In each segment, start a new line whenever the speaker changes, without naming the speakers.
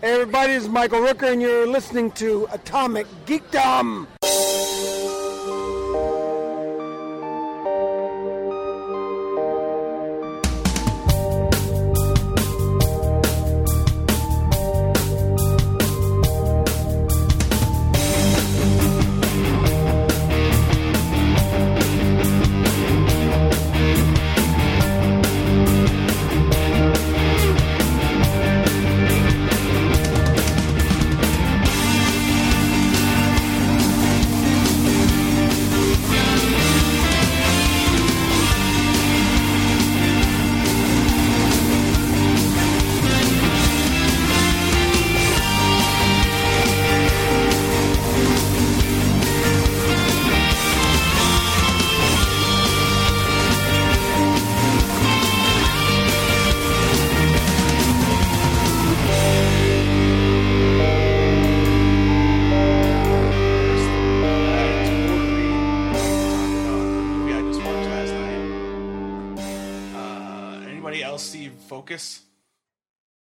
Hey everybody, this is Michael Rooker, and you're listening to Atomic Geekdom.
first thing that totally talked about the movie I just watched last night. Uh, anybody else see Focus?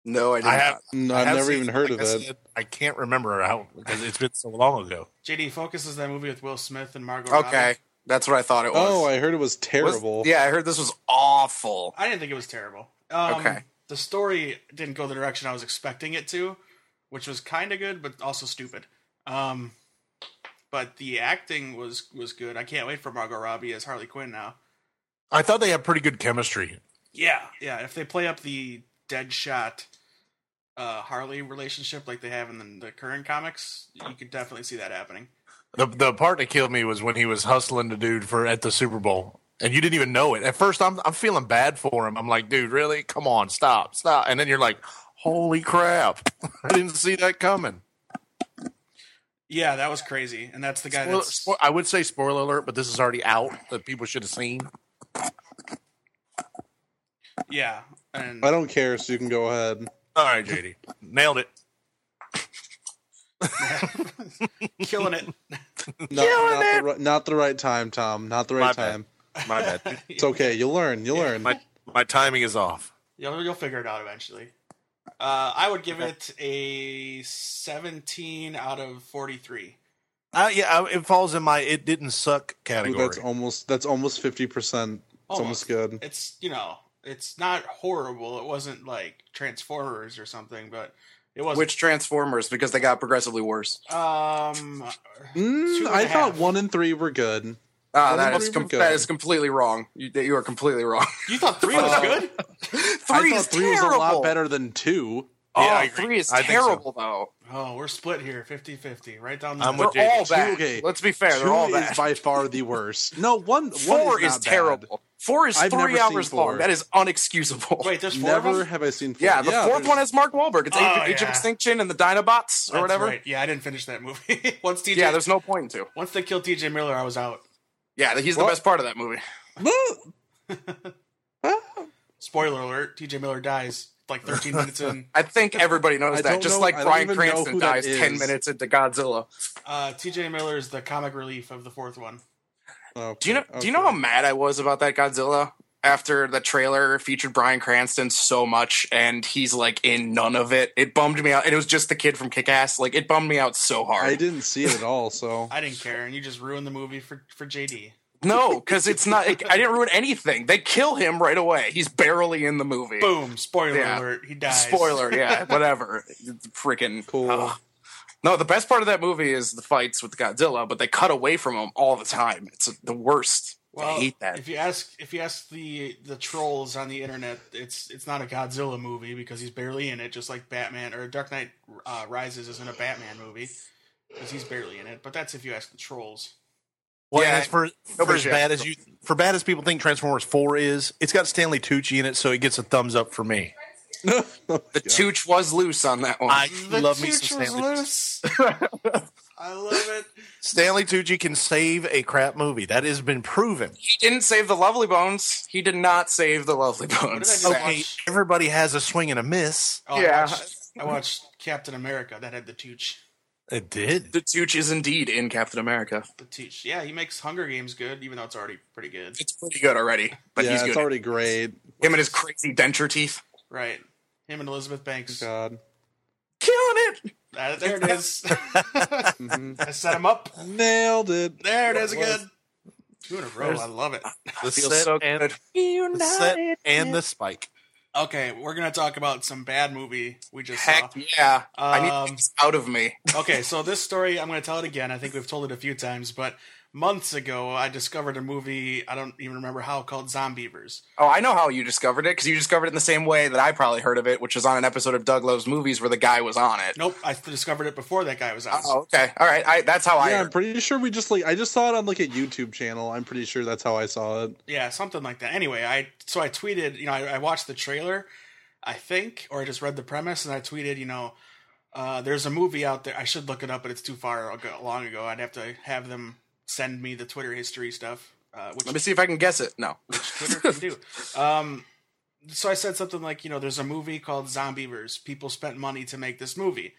No, I didn't.
I have.
No,
I
I've
have
never
seen
even
it,
heard
like
of
I
that.
said, I can't remember how because it's been so long ago.
JD, Focus is that movie with Will Smith and Margot Robbie.
Okay, that's what I thought it was.
Oh, I heard it was
Was-
terrible.
yeah, I heard this was awful.
I didn't think it was terrible. Um,
Okay.
The story didn't go the direction I was expecting it to, which was kind of good, but also stupid. Um, but the acting was was good. I can't wait for Margot Robbie as Harley Quinn now.
I thought they had pretty good chemistry.
Yeah, yeah. If they play up the Deadshot uh, Harley relationship like they have in the, the current comics, you could definitely see that happening.
The the part that killed me was when he was hustling the dude for at the Super Bowl, and you didn't even know it at first. I'm I'm feeling bad for him. I'm like, dude, really? Come on, stop, stop. And then you're like, holy crap, I didn't see that coming.
Yeah, that was crazy, and that's the guy
Spoil-
that's
spo- I would say spoiler alert, but this is already out that people should have seen.
yeah. And
I don't care, so you can go ahead.
All right, JD, nailed it.
killing it.
Not, not, the, right, not the right time, Tom. Not the right
My bad.
time.
My bad.
It's okay. You'll learn. You'll learn.
My my timing is off.
You'll you'll figure it out eventually. Uh, I would give it a seventeen out of forty-three.
Uh, yeah, I, it falls in my it didn't suck
Ooh,
category.
that's almost that's almost fifty percent. It's almost good.
It's you know, it's not horrible. It wasn't like Transformers or something, but it was.
Which Transformers? Because they got progressively worse.
um,
Mm,
two and
I
a
thought
half.
one and three were good.
Ah,
That
that
was
is
pretty
com-
good.
that is completely wrong. You, you are completely wrong.
you thought three was good.
three
I
is
thought three
terrible.
was a lot better than two.
Oh,
Yeah, I agree.
three is
I think so.
terrible though.
Oh, we're split here, 50-50. Right down the
I'm
middle.
with
They're
JD.
all bad.
okay.
Let's be fair.
two
They're all
is
bad.
by far the worst. No, one
Four
one is,
is,
not bad.
terrible. Four is
I've never
three
seen
hours
four.
long. That is unexcusable.
Wait, there's four of
Never
them?
have I seen. Four.
yeah, the fourth
there's-
one has Mark Wahlberg. It's
Oh,
Age, Age
yeah.
of Extinction and the Dinobots or
That's
whatever.
right. Yeah, I didn't finish that movie. once TJ,
Yeah, there's no point to.
once they killed TJ Miller, I was out.
Yeah, he's
Well-
the best part of that movie.
Spoiler alert: TJ Miller dies like 13 minutes in.
I think everybody knows
I
that.
don't
Just
know-
like
I don't
Brian
even know who
Cranston
that
dies ten
is.
minutes into Godzilla.
Uh, TJ Miller is the comic relief of the fourth one.
Okay,
Do you know? Do you know
okay.
how mad I was about that Godzilla after the trailer featured Brian Cranston so much, and he's like in none of it. It bummed me out, and it was just the kid from Kick Ass. Like it bummed me out so hard.
I didn't see it at all. So
I didn't care, and you just ruined the movie for for JD.
No, because it's not. It, I didn't ruin anything. They kill him right away. He's barely in the movie.
Boom! Spoiler
Yeah.
alert: he dies.
Spoiler, yeah, whatever. Freaking
Cool.
ugh. No, the best part of that movie is the fights with Godzilla, but they cut away from him all the time. It's the worst.
Well,
I hate that.
if you ask if you ask the the trolls on the internet, it's it's not a Godzilla movie because he's barely in it, just like Batman or Dark Knight uh, Rises isn't a Batman movie because he's barely in it. But that's if you ask the trolls.
Well,
Yeah,
and it's for,
no
for as
pressure.
bad as you for bad as people think Transformers Four is, it's got Stanley Tucci in it, so it gets a thumbs up for me.
the tooch was loose on that one.
I
The
love me some
future is
Stanley.
loose. I love it.
Stanley Tucci can save a crap movie. That has been proven.
he didn't save the Lovely Bones. He did not save the Lovely
did I
Bones.
do?
Okay,
Watch-
everybody has a swing and a miss.
Oh, I
Yeah.
watched, I watched Captain America. That had the tooch.
It did.
The Tooch is indeed in Captain America.
The tooch. Yeah, he makes Hunger Games good, even though it's already pretty good.
It's pretty good already, but
yeah,
he's
it's
good.
already great.
him and his crazy denture teeth.
Right. Him and Elizabeth Banks.
God,
Kill
Uh, there it is. I set him up.
Nailed it.
There it is again. Two in a row. I love it.
The
Feels
set,
so
and,
good.
the set and the spike.
Okay, we're gonna talk about some bad movie we just
Heck
saw.
yeah! I need to
Um,
get this out of me.
okay, so this story I'm gonna tell it again. I think we've told it a few times, but months ago I discovered a movie I don't even remember how called Zombievers.
Oh, I know how you discovered it because you discovered it in the same way that I probably heard of it, which was on an episode of Doug Loves Movies where the guy was on it.
Nope, I discovered it before that guy was on.
Oh, okay, all right. I, that's how I.
Yeah, I'm
heard.
pretty sure we just like I just saw it on like a YouTube channel. I'm pretty sure that's how I saw it.
yeah something like that anyway i so i tweeted you know I, I watched the trailer i think or i just read the premise and i tweeted you know uh, there's a movie out there i should look it up but it's too far ago, long ago i'd have to have them send me the twitter history stuff uh, which
Let me see if I can guess it. No.
Twitter can do. Um, so I said something like, you know, there's a movie called Zombievers. People spent money to make this movie.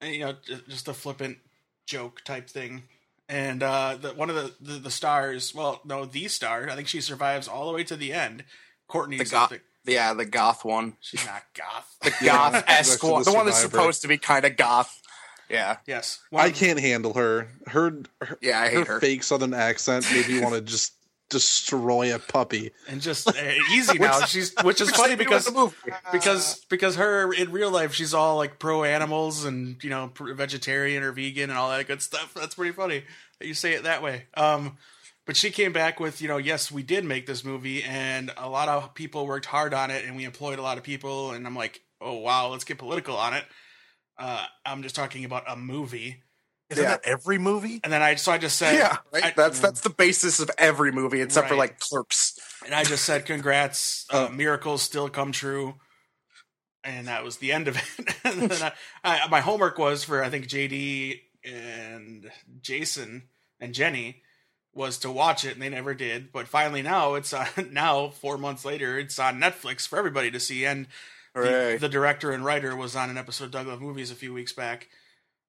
And, you know, j- just a flippant joke type thing. And uh, the, one of the, the the stars, well, no, the star. I think she survives all the way to the end. Courtney
The goth,
something.
yeah, the goth one,
She's not goth.
the
Yeah,
goth esque
Rex
one,
is
the
the
one that's
survivor.
supposed to be kind of goth. Yeah,
yes. One
I
of-
can't handle her. Her her,
yeah, I
her
hate her.
fake southern accent made me want to just destroy a puppy.
and just uh, easy now. She's which is funny because because because her in real life she's all like pro animals and you know pr- vegetarian or vegan and all that good stuff that's pretty funny that you say it that way um but she came back with you know yes we did make this movie and a lot of people worked hard on it and we employed a lot of people and i'm like oh wow let's get political on it uh i'm just talking about a movie
Isn't
Yeah.
that every movie?
and then i so i just said
Yeah, right?
I-
that's that's the basis of every movie except for
Right.
like Clerks.
and i just said congrats uh, miracles still come true and that was the end of it. and then I, I, my homework was for I think JD and Jason and Jenny was to watch it, and they never did. But finally, now it's on. Now four months later, it's on Netflix for everybody to see. And
Hooray.
the, the director and writer was on an episode of Doug Love Movies a few weeks back.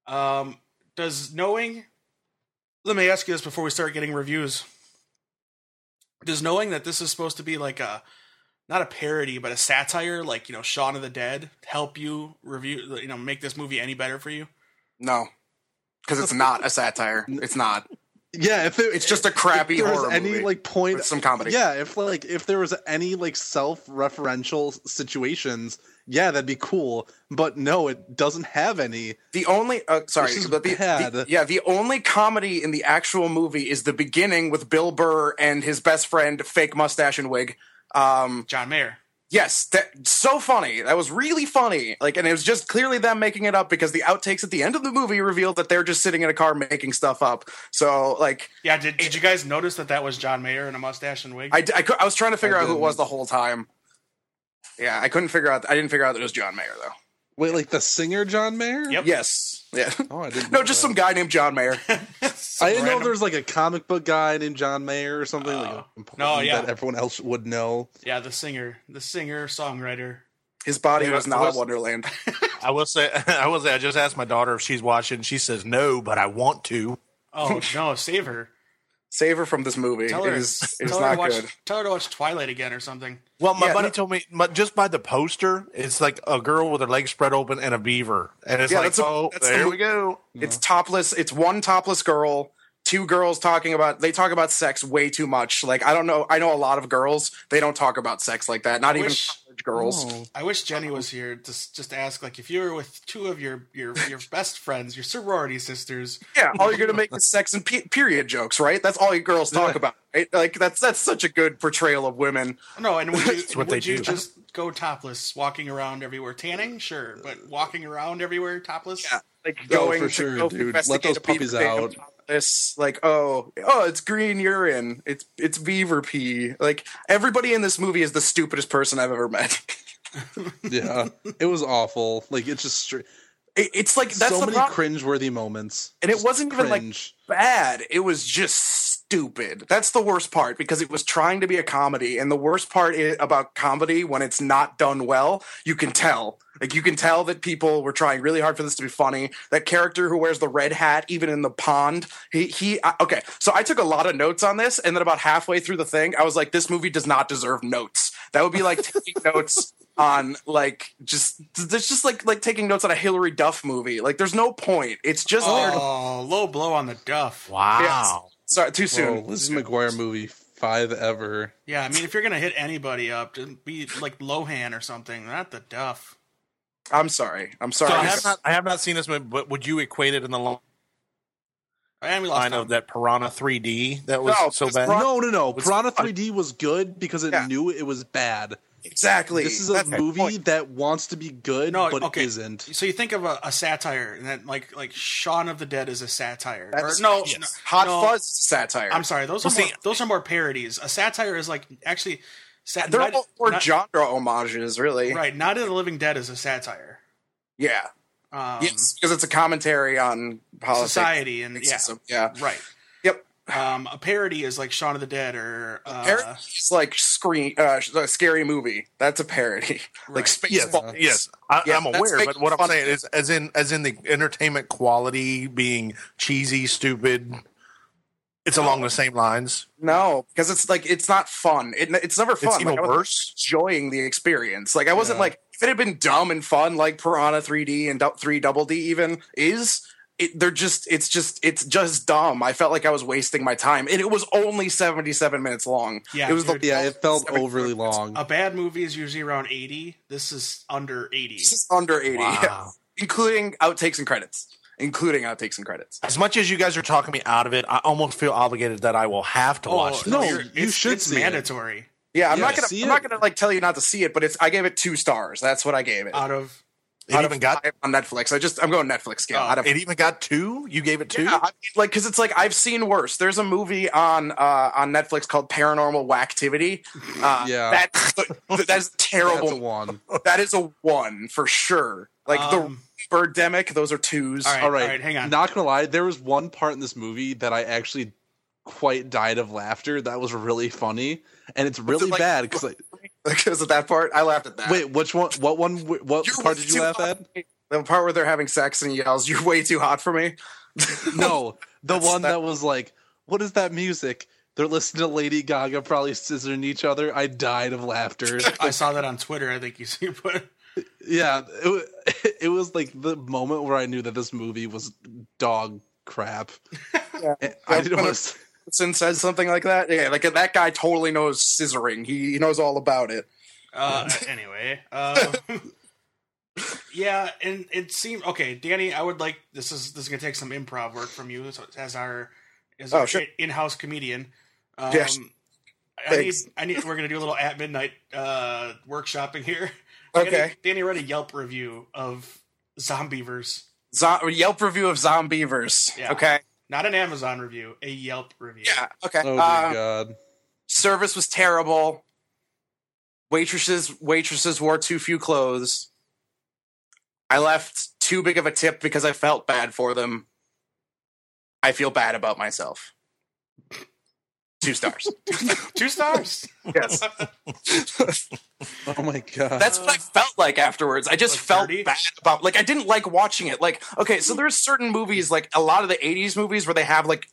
Um, does knowing? Let me ask you this before we start getting reviews. Does knowing that this is supposed to be like a not a parody, but a satire, like you know, Shaun of the Dead, help you review, you know, make this movie any better for you.
No, because it's not a satire. It's not.
Yeah, if it,
It's just a crappy
if there
horror
was any
movie
like point
with some comedy.
Yeah, if like if there was any like self-referential situations, yeah, that'd be cool. But no, it doesn't have any.
The only uh, sorry,
This is
but the,
bad.
the- yeah, the only comedy in the actual movie is the beginning with Bill Burr and his best friend, fake mustache and wig. Um,
John Mayer.
yes, that so funny. That was really funny. Like, and it was just clearly them making it up because the outtakes at the end of the movie revealed that they're just sitting in a car making stuff up. So, like,
Yeah, did, did you guys notice that that was John Mayer in a mustache and wig?
I, I, cou- I was trying to figure
I
out who it
didn't.
was the whole time. Yeah, I couldn't figure out. I didn't figure out that it was John Mayer though.
Wait, like the singer John Mayer?
Yep.
Yes. Yeah.
Oh, I didn't.
No,
know
just
that.
some guy named John Mayer.
Some
I didn't know if
random-
there was like a comic book guy named John Mayer or something
Oh.
like important
no, yeah.
that everyone else would know.
Yeah, the singer, the singer songwriter.
His body
Yeah,
was
it
not
was-
a wonderland.
I will say, I will say, I just asked my daughter if she's watching. She says no, but I want to.
Oh no, save her.
Save her from this movie.
Tell
it
her
is. It is
tell her to
not
watch,
good.
Tell her to watch Twilight again or something.
Well, my
Yeah,
buddy
no-
told me my, just by the poster, it's like a girl with her legs spread open and a beaver, and it's
Yeah,
like,
that's a-
oh,
that's the
there
mo-
we go.
It's topless. It's one topless girl. Two girls talking about they talk about sex way too much. Like I don't know. I know a lot of girls. They don't talk about sex like that. Not even
wish-
college girls.
Oh.
I wish Jenny was here to s- just ask, like, if you were with two of your your your best friends, your sorority sisters.
Yeah, all you're gonna make is sex and pe- period jokes, right? That's all you girls talk about, right? Like that's that's such a good portrayal of women.
No, and would you,
what they
would you
do.
just go topless, walking around everywhere, tanning? Sure, but walking around everywhere topless.
Yeah, like
Oh,
going
for
to
sure,
go
dude. Let
investigate
those
a beaver
puppies
thing on
out.
top of This like oh oh it's green urine. It's it's beaver pee. Like everybody in this movie is the stupidest person I've ever met.
Yeah, it was awful. Like it's just str-
It- it's like that's
so
the
many
problem.
cringeworthy moments,
and it
Just
wasn't even like
cringe.
bad. It was just stupid. That's the worst part because it was trying to be a comedy. And the worst part i about comedy when it's not done well, you can tell. Like you can tell that people were trying really hard for this to be funny. That character who wears the red hat, even in the pond, he he. I, okay, so I took a lot of notes on this, and then about halfway through the thing, I was like, "This movie does not deserve notes." That would be like taking notes on like just there's just like like taking notes on a Hillary Duff movie. Like there's no point. It's just there. To,
Oh, low blow on the duff.
Wow.
sorry, too soon.
Whoa, Lizzie McGuire movie five ever.
Yeah, I mean, if you're gonna hit anybody up, just be like Lohan or something, not the duff.
I'm sorry. I'm sorry.
So I have not I have not seen this movie, but would you equate it in the long
And we lost.
line of
Tom.
that Piranha 3D that was
No,
so
it's
bad?
Piranha-
No, no, no.
Was-
Piranha 3D was good because it
Yeah.
knew it was bad.
exactly.
This is a
That's my
movie
point.
that wants to be good,
No,
but
okay.
isn't.
So you think of a, a satire, and then like like Shaun of the Dead is a satire. Or,
That's-
no,
yes.
no,
Hot
no,
Fuzz satire.
I'm sorry, those
Well,
are more,
see-
those are more parodies. A satire is like actually, sat-
They're
Night-
all more
Night-
genre homages, really.
right? Not of the Living Dead is a satire.
Yeah.
Um,
yes, because it's a commentary on politics.
society and yeah,
Racism, yeah.
right.
Yep.
Um, a parody is like Shaun of the Dead or uh,
Parody is like screen, uh, a scary movie. That's a parody. Like
Right.
space.
Yes, yes, I,
Yeah,
I'm
that's
aware, but
making
what I'm
fun of
saying
it.
is, as in, as in the entertainment quality being cheesy, stupid, it's along the same lines.
No, because it's like it's not fun. It, it's never fun.
It's
Like,
even
I wasn't
worse.
Enjoying the experience. Like I wasn't
Yeah.
like if it had been dumb and fun, like Piranha 3D and du- 3 Double D even is. It, they're just it's just it's just dumb. I felt like I was wasting my time, and it was only seventy seven minutes long.
Yeah,
it was
dude.
Yeah, it felt
Seven-
overly long.
a bad movie is usually around eighty. This is under eighty.
This is under eighty,
Wow.
yeah. including outtakes and credits, including outtakes and credits.
As much as you guys are talking me out of it, I almost feel obligated that I will have
Oh,
to watch.
no,
this.
you
you're- Oh, it's-
should
It's
see it.
mandatory
Yeah, I'm
Yeah,
not gonna
see
I'm not
it.
gonna like tell you not to see it, but it's I gave it two stars. That's what I gave it.
out of
It even got
five on Netflix. I just I'm going Netflix scale.
Oh,
out of
it even got two. You gave it two.
Yeah, I mean, like because it's like I've seen worse. There's a movie on uh, on Netflix called Paranormal Wactivity. Uh,
Yeah.
that's that's terrible.
That's a one.
that is a one for sure. Like
Um,
the Birdemic, those are twos.
all right,
All right,
hang on.
Not gonna lie, there was one part in this movie that I actually quite died of laughter. That was really funny, and it's really
like-
bad because like,
because of that part, I laughed at that.
wait, which one? What one? What
You're
part
way
did you
too
laugh
hot
at?
for me. The part where they're having sex and he yells, "You're way too hot for me."
No, the
That's
one
that-
that, was like, "What is that music?" They're listening to Lady Gaga probably scissoring each other. I died of laughter.
I saw that on Twitter. I think you see, but
yeah, it, wa- it was like the moment where I knew that this movie was dog crap. And I didn't want to.
Sin says something like that. Yeah, like that guy totally knows scissoring. He, he knows all about it.
uh, anyway, uh, yeah, and it seemed okay, Danny. I would like this is this is gonna take some improv work from you as- as our as
Oh,
our
sure.
in-house comedian. Um,
Yes.
I need,
Thanks.
I need. We're gonna do a little at midnight uh, workshopping here.
Okay.
Danny, read a Yelp review of Zombievers,
Zo- Yelp review of Zombievers.
Yeah.
Okay.
not an Amazon review, a Yelp review.
Yeah. Okay.
Oh
Uh,
my god!
service was terrible. Waitresses waitresses wore too few clothes. I left too big of a tip because I felt bad for them. I feel bad about myself. Two stars.
Two stars.
yes.
Oh my god!
That's what I felt like afterwards. I just
Like
felt
30?
bad about like I didn't like watching it. Like okay, so there's certain movies like a lot of the 80s movies where they have like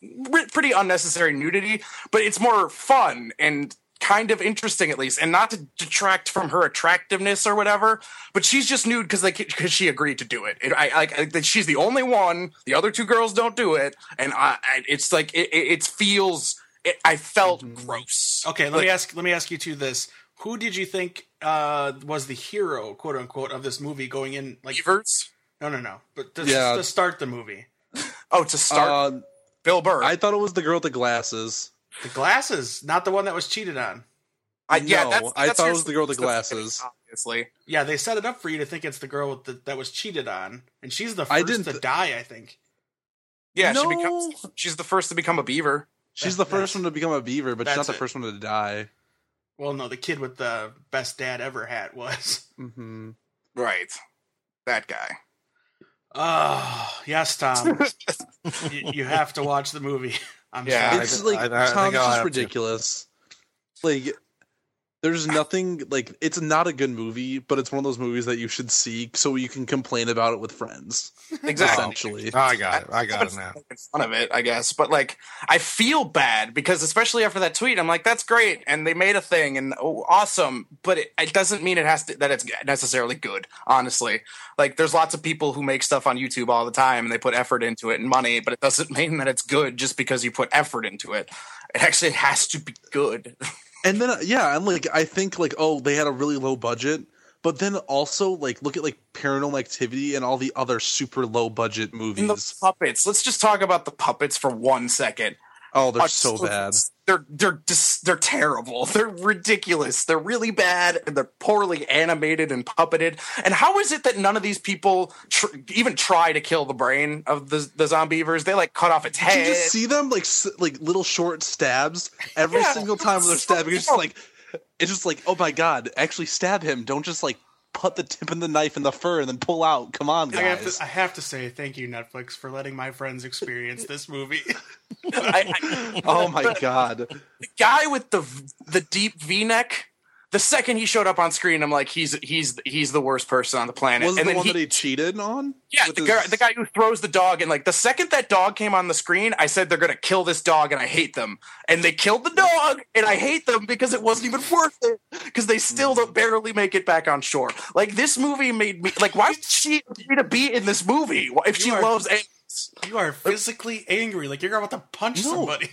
re- pretty unnecessary nudity, but it's more fun and kind of interesting at least and not to detract from her attractiveness or whatever, but she's just nude cuz like cuz she agreed to do it. And I like I, that she's the only one, the other two girls don't do it and I, I it's like it, it, it feels it, I felt gross.
Okay, let
Like-
me ask. Let me ask you two this: Who did you think uh, was the hero, quote unquote, of this movie going in? Like,
Beavers?
no, no, no. But to,
Yeah.
to start the movie,
Oh, to start
Uh,
Bill Burr.
I thought it was the girl with the glasses.
the glasses, not the one that was cheated on.
I, yeah,
No,
that's,
I
that's
thought it
your
was the girl with the
solution,
glasses.
Obviously,
Yeah, they set it up for you to think it's the girl with the, that was cheated on, and she's the first
I didn't
to
th-
die. I think.
yeah,
No.
she becomes she's the first to become a beaver.
She's
That-
the first one to become a beaver, but she's
that's
not the
it.
first one to die.
Well, no, the kid with the best dad ever hat was.
hmm
Right, that guy.
Oh, yes, Tom. you, you have to watch the movie. I'm
Yeah,
sorry.
it's
I-
like
I- I think
Tom's
I'll
just
have to.
ridiculous. Like There's nothing like it's not a good movie, but it's one of those movies that you should see so you can complain about it with friends. Essentially,
I got it. I got it now.
making fun of it, I guess. But like, I feel bad because especially after that tweet, I'm like, that's great, and they made a thing, and oh, awesome. But it, it doesn't mean it has to that it's necessarily good. Honestly, like, there's lots of people who make stuff on YouTube all the time, and they put effort into it and money, but it doesn't mean that it's good just because you put effort into it. It actually has to be good.
and then uh, yeah, and like I think like oh they had a really low budget, but then also like look at like Paranormal Activity and all the other super low budget
And
movies.
the puppets. Let's just talk about the puppets for one second.
Oh, they're
are
so bad.
They're they're just they're terrible. They're ridiculous. They're really bad, and they're poorly animated and puppeted. And how is it that none of these people tr- even try to kill the brain of the the zombievers? They like cut off its
Did
head.
you just see them like s- like little short stabs every
Yeah,
single time they're
so
stabbing? It's just
dumb.
like it's just like oh my god, actually stab him! Don't just like put the tip in the knife in the fur and then pull out. Come on,
I have,
guys.
to, I have to say thank you, Netflix, for letting my friends experience this movie.
I- I-
oh my god,
the guy with the v- the deep V neck. The second he showed up on screen, I'm like, he's he's he's the worst person on the planet.
was it
and
the
then
one
he,
that he cheated on?
Yeah,
With
the,
his-
guy, the guy who throws the dog, and like the second that dog came on the screen, I said they're gonna kill this dog, and I hate them. And they killed the dog, and I hate them because it wasn't even worth it because they still don't barely make it back on shore. Like this movie made me like, why would she agree to be in this movie Why- if she
You are-
loves animals?
you are physically angry, like you're about to punch
No.
somebody.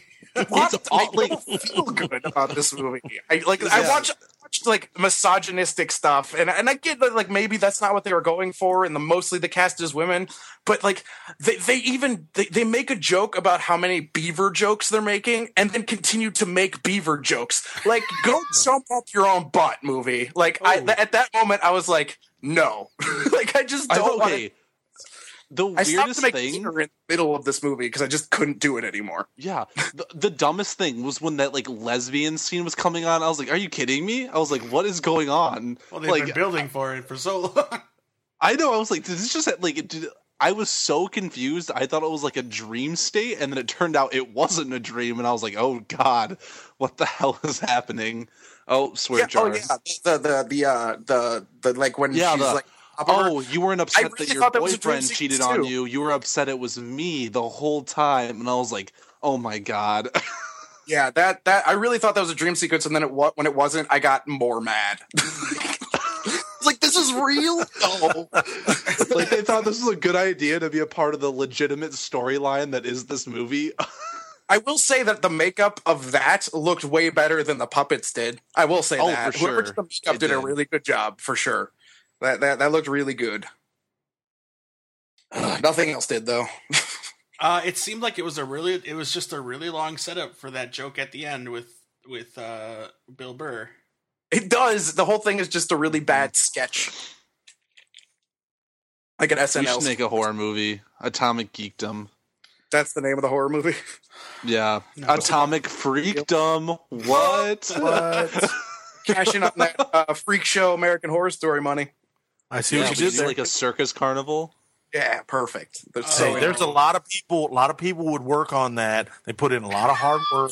What?
It's
I
all- like-
don't feel good about this movie. I like I
Yeah.
watch I watched like misogynistic stuff, and and I get that like maybe that's not what they were going for, and the mostly the cast is women, but like they they even they, they make a joke about how many beaver jokes they're making, and then continue to make beaver jokes. Like go jump up your own butt, movie. Like I
Oh.
th- at that moment I was like no, like I just
I-
don't want
okay. The
I stopped
weirdest
to make
thing,
dinner in the middle of this movie because I just couldn't do it anymore.
yeah, the, the dumbest thing was when that like lesbian scene was coming on. I was like, "Are you kidding me?" I was like, "What is going on?"
Well, they've
like,
been building for it for so long.
I know. I was like, "This is just like." it Did, I was so confused. I thought it was like a dream state, and then it turned out it wasn't a dream. And I was like, "Oh God, what the hell is happening?" Oh, swear jar.
Oh, yeah. The the the uh, the the like when
Yeah,
she's
the-
like
Oh, you weren't upset
really
that your
thought that was a dream
boyfriend
sequence,
cheated on
too.
you. You were upset it was me the whole time, and I was like, "Oh my God."
yeah that that I really thought that was a dream sequence, and then it wa- when it wasn't, I got more mad. It's like this is real. No.
like they thought this was a good idea to be a part of the legitimate storyline that is this movie.
I will say that the makeup of that looked way better than the puppets did. I will say
Oh,
that
for
whoever
sure.
did the makeup
It
did, a
did.
really good job for sure. That that that looked really good. Nothing else did though.
Uh, it seemed like it was a really, it was just a really long setup for that joke at the end with with uh, Bill Burr.
It does. The whole thing is just a really bad sketch. Like an
we
SNL.
should make a horror movie, Atomic Geekdom.
That's the name of the horror movie.
Yeah,
No.
Atomic Freakdom. What?
What?
Cashing on that uh, freak show American Horror Story money.
I see
Yeah,
what
we
you did
did
there.
like a circus carnival.
Yeah, perfect. That's
Hey,
so
Say, there's a lot of people. A lot of people would work on that. They put in a lot of hard work.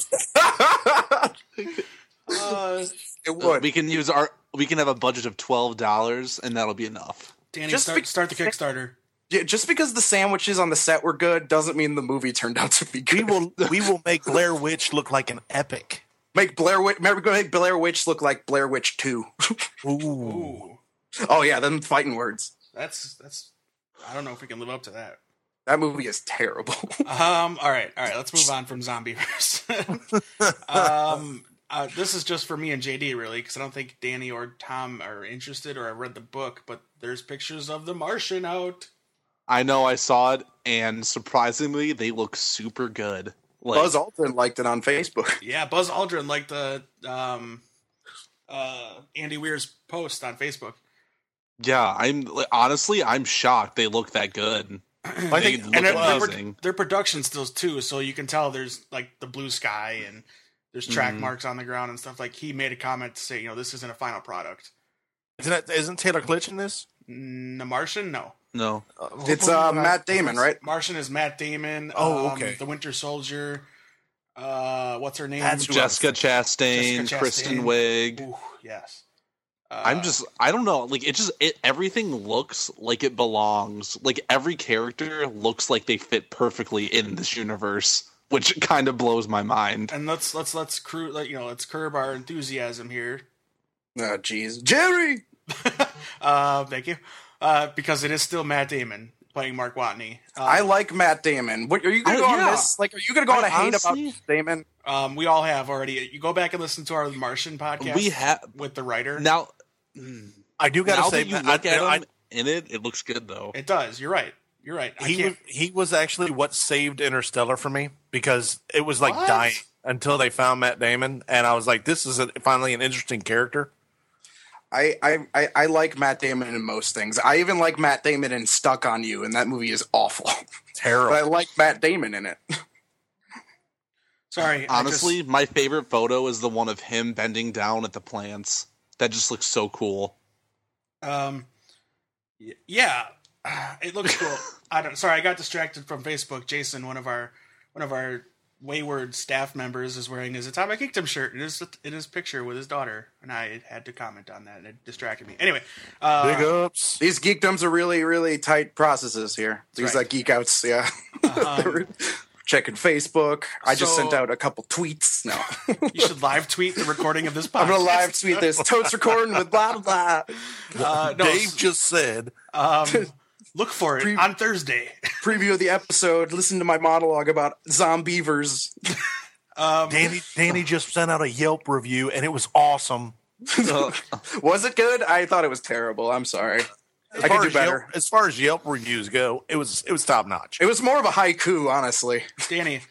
Uh,
it would.
We can use our. We can have a budget of twelve dollars, and that'll be enough.
Danny,
Just
start,
be-
start the Kickstarter.
Yeah, just because the sandwiches on the set were good doesn't mean the movie turned out to be good.
We will. We will make Blair Witch look like an epic.
make Blair Witch. We're gonna make Blair Witch look like Blair Witch Two.
Ooh.
Ooh,
oh yeah, them fighting words.
that's that's. I don't know if we can live up to that.
That movie is terrible.
Um. All right. All right. Let's move on from Zombieverse. um. Uh, this is just for me and JD really, because I don't think Danny or Tom are interested, or I read the book. But there's pictures of the Martian out.
I know. I saw it, and surprisingly, they look super good. Like,
Buzz Aldrin liked it on Facebook.
Yeah, Buzz Aldrin liked the um, uh, Andy Weir's post on Facebook.
yeah, I'm like, honestly, I'm shocked they look that good.
I
They
think-
look
and their,
it-
their,
amazing.
pro- their production stills too, so you can tell there's like the blue sky and there's track
Mm-hmm.
Mhm.
marks on the ground and stuff. Like he made a comment to say, you know, this isn't a final product.
Isn't, that, isn't Taylor Klitsch in this?
Mm, the Martian, no.
No,
It's uh, Matt Damon, right?
Martian is Matt Damon.
Oh,
um,
okay.
The Winter Soldier. Uh, what's her name?
That's who I was
Jessica Chastain,
Jessica
Kristen
Chastain.
Wiig.
Ooh, yes. Uh,
I'm just I don't know like it just it everything looks like it belongs like every character looks like they fit perfectly in this universe which kind of blows my mind.
and let's let's let's crew let you know let's curb our enthusiasm here.
Oh, jeez. Jerry!
Uh, thank you. Uh, because it is still Matt Damon playing Mark Watney.
I
Uh,
like Matt Damon. What, are you going
I-
to go on
yeah.
this? Like, are you going to go on
I
a hate
honestly-
about Damon?
um, we all have already. You go back and listen to our Martian podcast.
We have
with the writer.
now mm,
I do got
now
to say,
that you
Matt-
look
I-
at
I-
him in it it looks good though.
It does. You're right. You're right. I
he was,
can't.
he was actually what saved Interstellar for me because it was like
What?
dying until they found Matt Damon, and I was like, this is a, finally an interesting character.
I, I, I, I like Matt Damon in most things. I even like Matt Damon in Stuck on You, and that movie is awful.
Terrible.
but I like Matt Damon in it.
Sorry. I just-
Honestly, my favorite photo is the one of him bending down at the plants. That just looks so cool.
um, y- yeah, it looks cool. I don't. Sorry, I got distracted from Facebook. Jason, one of our one of our wayward staff members, is wearing his Atomic Kingdom shirt in his in his picture with his daughter, and I had to comment on that, and it distracted me. Anyway, uh,
Big ups.
These geekdoms are really, really tight processes here. These
right.
like geek outs, yeah. They
um,
were Checking Facebook. I just
So-
sent out a couple tweets. No,
you should live tweet the recording of this podcast.
I'm gonna live tweet this. Totes recording with blah blah. blah.
Uh, no,
Dave just said,
um, look for it
Pre-
on Thursday.
Preview of the episode. Listen to my monologue about zombievers.
Um,
Danny, Danny just sent out a Yelp review, and it was awesome.
Uh,
Was it good? I thought it was terrible. I'm sorry. I could
far
do
as Yelp-
better.
as far as Yelp reviews go, it was it was top notch.
It was more of a haiku, honestly.
Danny,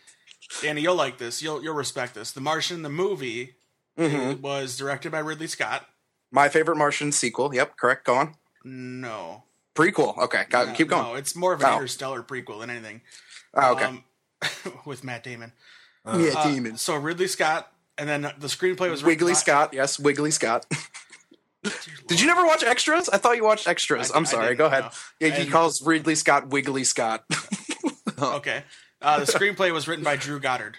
Danny, you'll like this. You'll you'll respect this. The Martian, the movie, uh,
Mhm.
was directed by Ridley Scott.
My favorite Martian sequel. Yep, correct. Go on.
No,
Prequel. Okay, got,
No,
keep going.
No, it's more of an
Oh.
Interstellar prequel than anything.
oh, okay.
Um, with Matt Damon.
yeah,
Uh,
demons.
So Ridley Scott, and then the screenplay was written
Wiggly
by-
Scott. Yes, Wiggly Scott.
Dear Lord.
Did you never watch Extras? I thought you watched Extras.
I-
I, am
I
sorry.
didn't,
Go ahead.
no.
Yeah, he
And-
calls Ridley Scott Wiggly Scott.
Okay. Uh, the screenplay was written by Drew Goddard.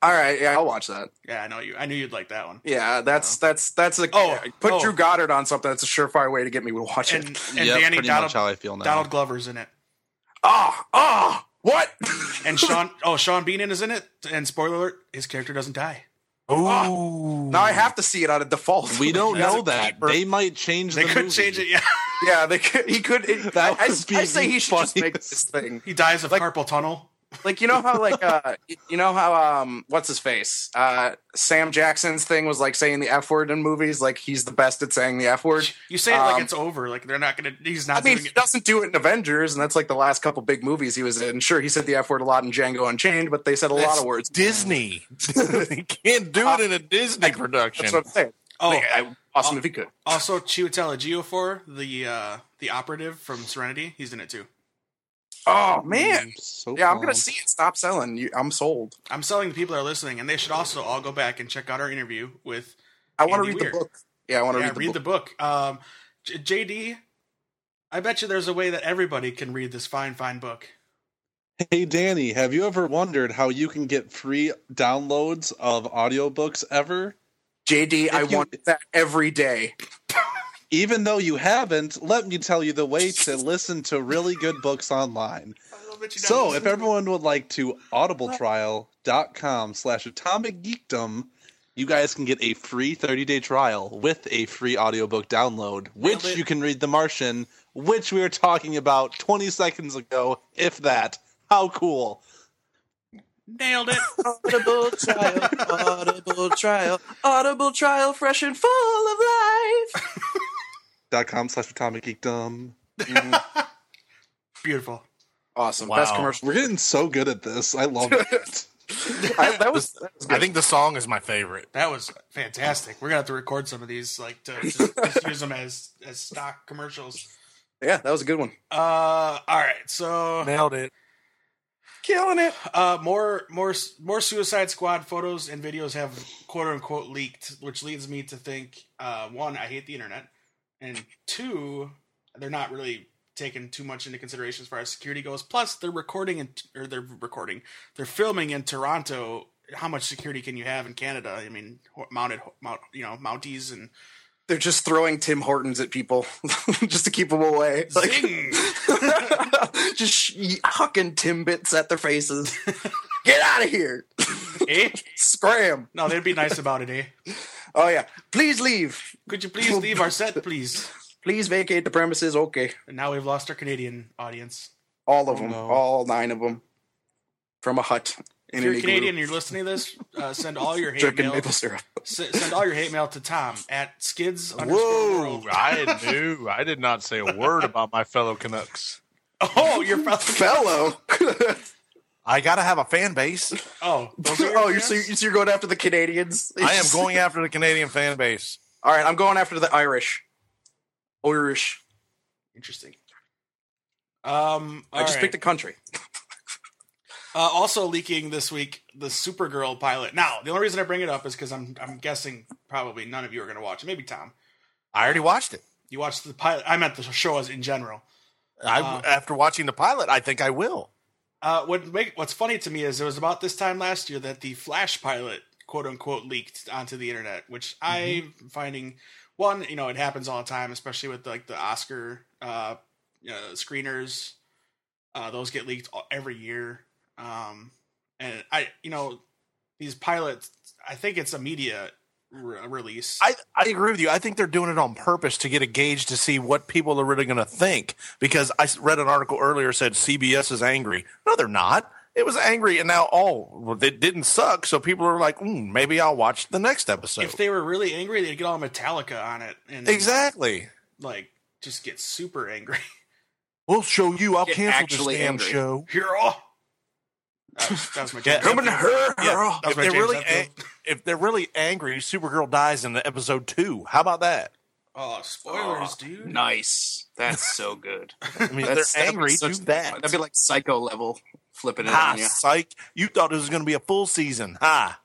All right, yeah, I'll watch that.
Yeah, I know you. I knew you'd like that one.
Yeah, that's that's that's a
Oh,
yeah, put
oh.
Drew Goddard on something. That's a surefire way to get me to watch
And,
it.
and
yeah,
Danny
pretty
Donald,
much how I feel now.
Donald Glover's in it,
Ah, ah, what?
and Sean. Oh, Sean Bean is in it. And spoiler alert: his character doesn't die.
Ooh.
now I have to see it out of default.
we don't
That's
know
a
that.
keeper.
They might change
They
the
could
movie.
change it. Yeah,
Yeah, they could, he could. It,
That
I, I, I
would be
say he should just
funny.
make this thing.
he dies of
Like-
carpal tunnel.
Like you know how like uh you know how um what's his face uh Sam Jackson's thing was like saying the f word in movies. Like he's the best at saying the f word.
You say it like
Um,
it's over, like they're not gonna. He's
I
not
mean,
doing
he
it.
doesn't do it in Avengers, and that's like the last couple big movies he was in. Sure, he said the f word a lot in Django Unchained, but they said a lot
That's
of words.
Disney. he can't do it in a Disney production.
That's what I'm saying.
Oh,
Like, I, awesome if he
Oh,
could.
also Chiwetel Ejiofor, the uh, the operative from Serenity, he's in it too.
Oh man,
So
yeah, I'm gonna
pumped.
see it. Stop selling. You, I'm sold.
I'm selling the people that are listening, and they should also all go back and check out our interview with.
I want to
Andy
read
Weir.
the book. Yeah, I want to
yeah,
read the book.
Um, J- JD, I bet you there's a way that everybody can read this fine, fine book.
Hey Danny, have you ever wondered how you can get free downloads of audiobooks ever?
JD, I
you-
want that every day.
Even though you haven't, let me tell you the way to listen to really good books online.
I love that you
So if everyone would like to audibletrial.com slash atomic geekdom, you guys can get a free 30-day trial with a free audiobook download,
Nailed
which
it.
you can read The Martian, which we were talking about 20 seconds ago, if that. How cool.
nailed it.
Audible trial, audible trial, audible trial, fresh and full of life.
dot com slash atomic geekdom.
Beautiful.
Awesome.
Wow.
Best commercial.
We're getting so good at this. I love it.
I, that was, that was
I
good.
think the song is my favorite.
That was fantastic. We're gonna have to record some of these, like to just, just use them as as stock commercials.
yeah, that was a good one.
Uh, all right. So
Nailed it.
Killing it.
Uh, more more more Suicide Squad photos and videos have quote unquote leaked, which leads me to think uh, one, I hate the internet, and two, they're not really taken too much into consideration as far as security goes. Plus, they're recording in, or they're recording, they're filming in Toronto. How much security can you have in Canada? I mean, ho- mounted, ho- mount, you know, Mounties and
They're just throwing Tim Hortons at people just to keep them away. Like,
zing.
just sh- hucking Timbits at their faces. Get out of here.
eh?
Scram.
No, they'd be nice about it, eh?
Oh, yeah. Please leave.
Could you please leave our set, please?
Please vacate the premises. Okay.
And now we've lost our Canadian audience.
All
Oh,
of them.
no.
All nine of them. From a hut.
If
In an
you're
igloo,
Canadian and you're listening to this, uh, send all your hate
Drinking
mail.
maple syrup.
s- Send all your hate mail to Tom at skids. underscore
Whoa!
world.
I knew. I did not say a word about my fellow Canucks.
Oh, you're probably.
Fellow.
I gotta have a fan base.
Oh, those are your
oh, you're, so,
fans?
you're, so you're going after the Canadians?
I am going after the Canadian fan base.
All right, I'm going after the Irish. Irish.
Interesting. Um,
I just picked a country.
Uh, also leaking this week the Supergirl pilot. Now, the only reason I bring it up is because I'm I'm guessing probably none of you are going to watch it. Maybe Tom,
I already watched it.
you watched the pilot. I meant the show as in general.
I,
Wow.
after watching the pilot, I think I will.
Uh, what make, what's funny to me is it was about this time last year that the Flash pilot, quote unquote, leaked onto the internet, which I'm finding one, you know, it happens all the time, especially with like the Oscar uh, you know, screeners. Uh, those get leaked all- every year, um, and I, you know, these pilots. I think it's a media re- release.
I, I agree with you. I think they're doing it on purpose to get a gauge to see what people are really going to think. Because I s- read an article earlier said CBS is angry. No, they're not. It was angry, and now oh, well, it didn't suck. So people are like, mm, maybe I'll watch the next episode.
if they were really angry, they'd get all Metallica on it and
exactly.
like just get super angry.
We'll show you. I'll
Get
cancel this
actually
damn
angry.
show.
Hero. That was, that was my
Yeah.
joke.
Come
Coming to her.
Yeah,
That's
if
my
they're
James
really
Hetfield.
ang- if they're really angry, Supergirl dies in the episode two. How about that?
Oh, spoilers, dude.
Nice. That's so good.
I mean,
That's- that'd
they're
be
angry. Do
such-
that.
That'd be like psycho level flipping it
ha,
on you.
psych! You thought it was going to be a full season. Ha.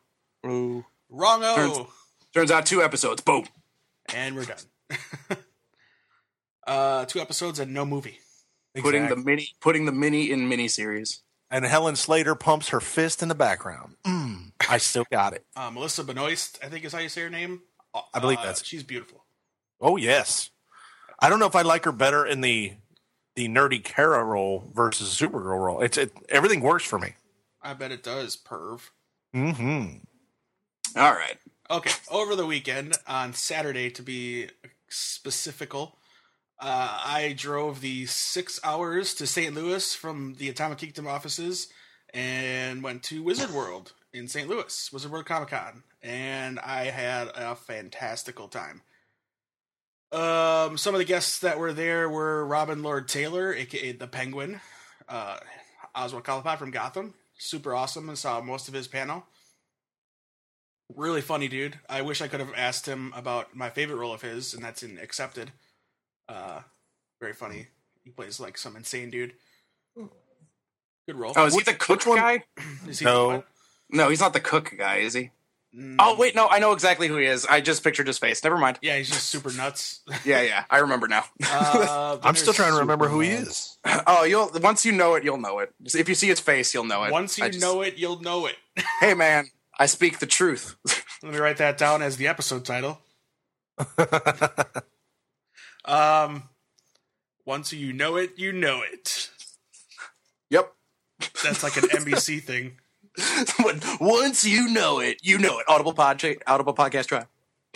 Ooh.
Wrong
Turns-
O.
Turns out two episodes. Boom.
And we're done. uh, two episodes and no movie.
Putting the
Exactly.
mini putting the mini in miniseries.
and Helen Slater pumps her fist in the background. Mm, I still got it.
Uh, Melissa Benoist, I think is how you say her name. Uh,
I believe that's-
She's beautiful.
Oh yes. I don't know if I like her better in the the nerdy Kara role versus Supergirl role. It's it, everything works for me.
I bet it does, perv.
Mm-hmm.
All right.
Okay, over the weekend on Saturday to be specifical, uh, I drove the six hours to St. Louis from the Atomic Kingdom offices and went to Wizard World in St. Louis, Wizard World Comic Con, and I had a fantastical time. Um, some of the guests that were there were Robin Lord Taylor, aka the Penguin, uh, Oswald Collapod from Gotham, super awesome, and saw most of his panel really funny dude. I wish I could have asked him about my favorite role of his, and that's in Accepted. Uh, very funny. He plays like some insane dude. Good role.
Oh, is he the cook guy?
Is he-
No.
No, he's not the cook guy, is he?
Mm,
Oh wait, no, I know exactly who he is. I just pictured his face. Never mind.
Yeah, he's just super nuts.
Yeah, yeah, I remember now.
Uh, then
I'm still
there's-
trying to remember who he is.
oh, you'll once you know it, you'll know it. Just- If you see his face, you'll know it.
Once you
I just-
know it, you'll know it.
hey man, I speak the truth.
Let me write that down as the episode title. Um, once you know it, you know it.
yep.
That's like an NBC thing.
once you know it, you know it. Audible pod, Audible podcast trial,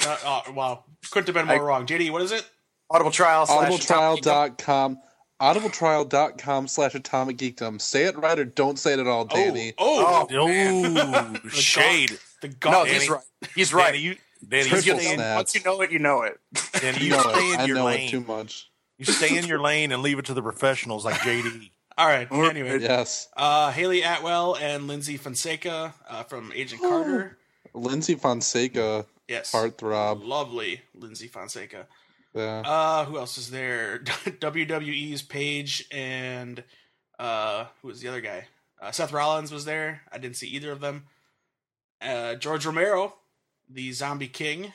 Uh, oh, wow, couldn't have been more
I-
wrong. JD, what is it?
Audible trial, slash
audibletrial.com audibletrial.com slash atomic geekdom say it right or don't say it at all danny
Oh, oh,
Oh, shade.
the
No,
god.
he's
Danny.
right. He's right.
Danny, you, Danny, you
Triple
stay in,
snap.
once you know it, you know it.
Danny,
You
you
know it.
stay in
i
your
know
lane.
it too much
You stay in your lane and leave it to the professionals like JD.
All right. Anyway,
yes
uh, Haley Atwell and Lindsay Fonseca uh, from Agent Carter.
lindsay fonseca
Yes,
heartthrob
lovely Lindsay Fonseca.
yeah.
Uh, who else is there? WWE's Paige and uh, who was the other guy? Uh, Seth Rollins was there. I didn't see either of them. Uh, George Romero, the Zombie King,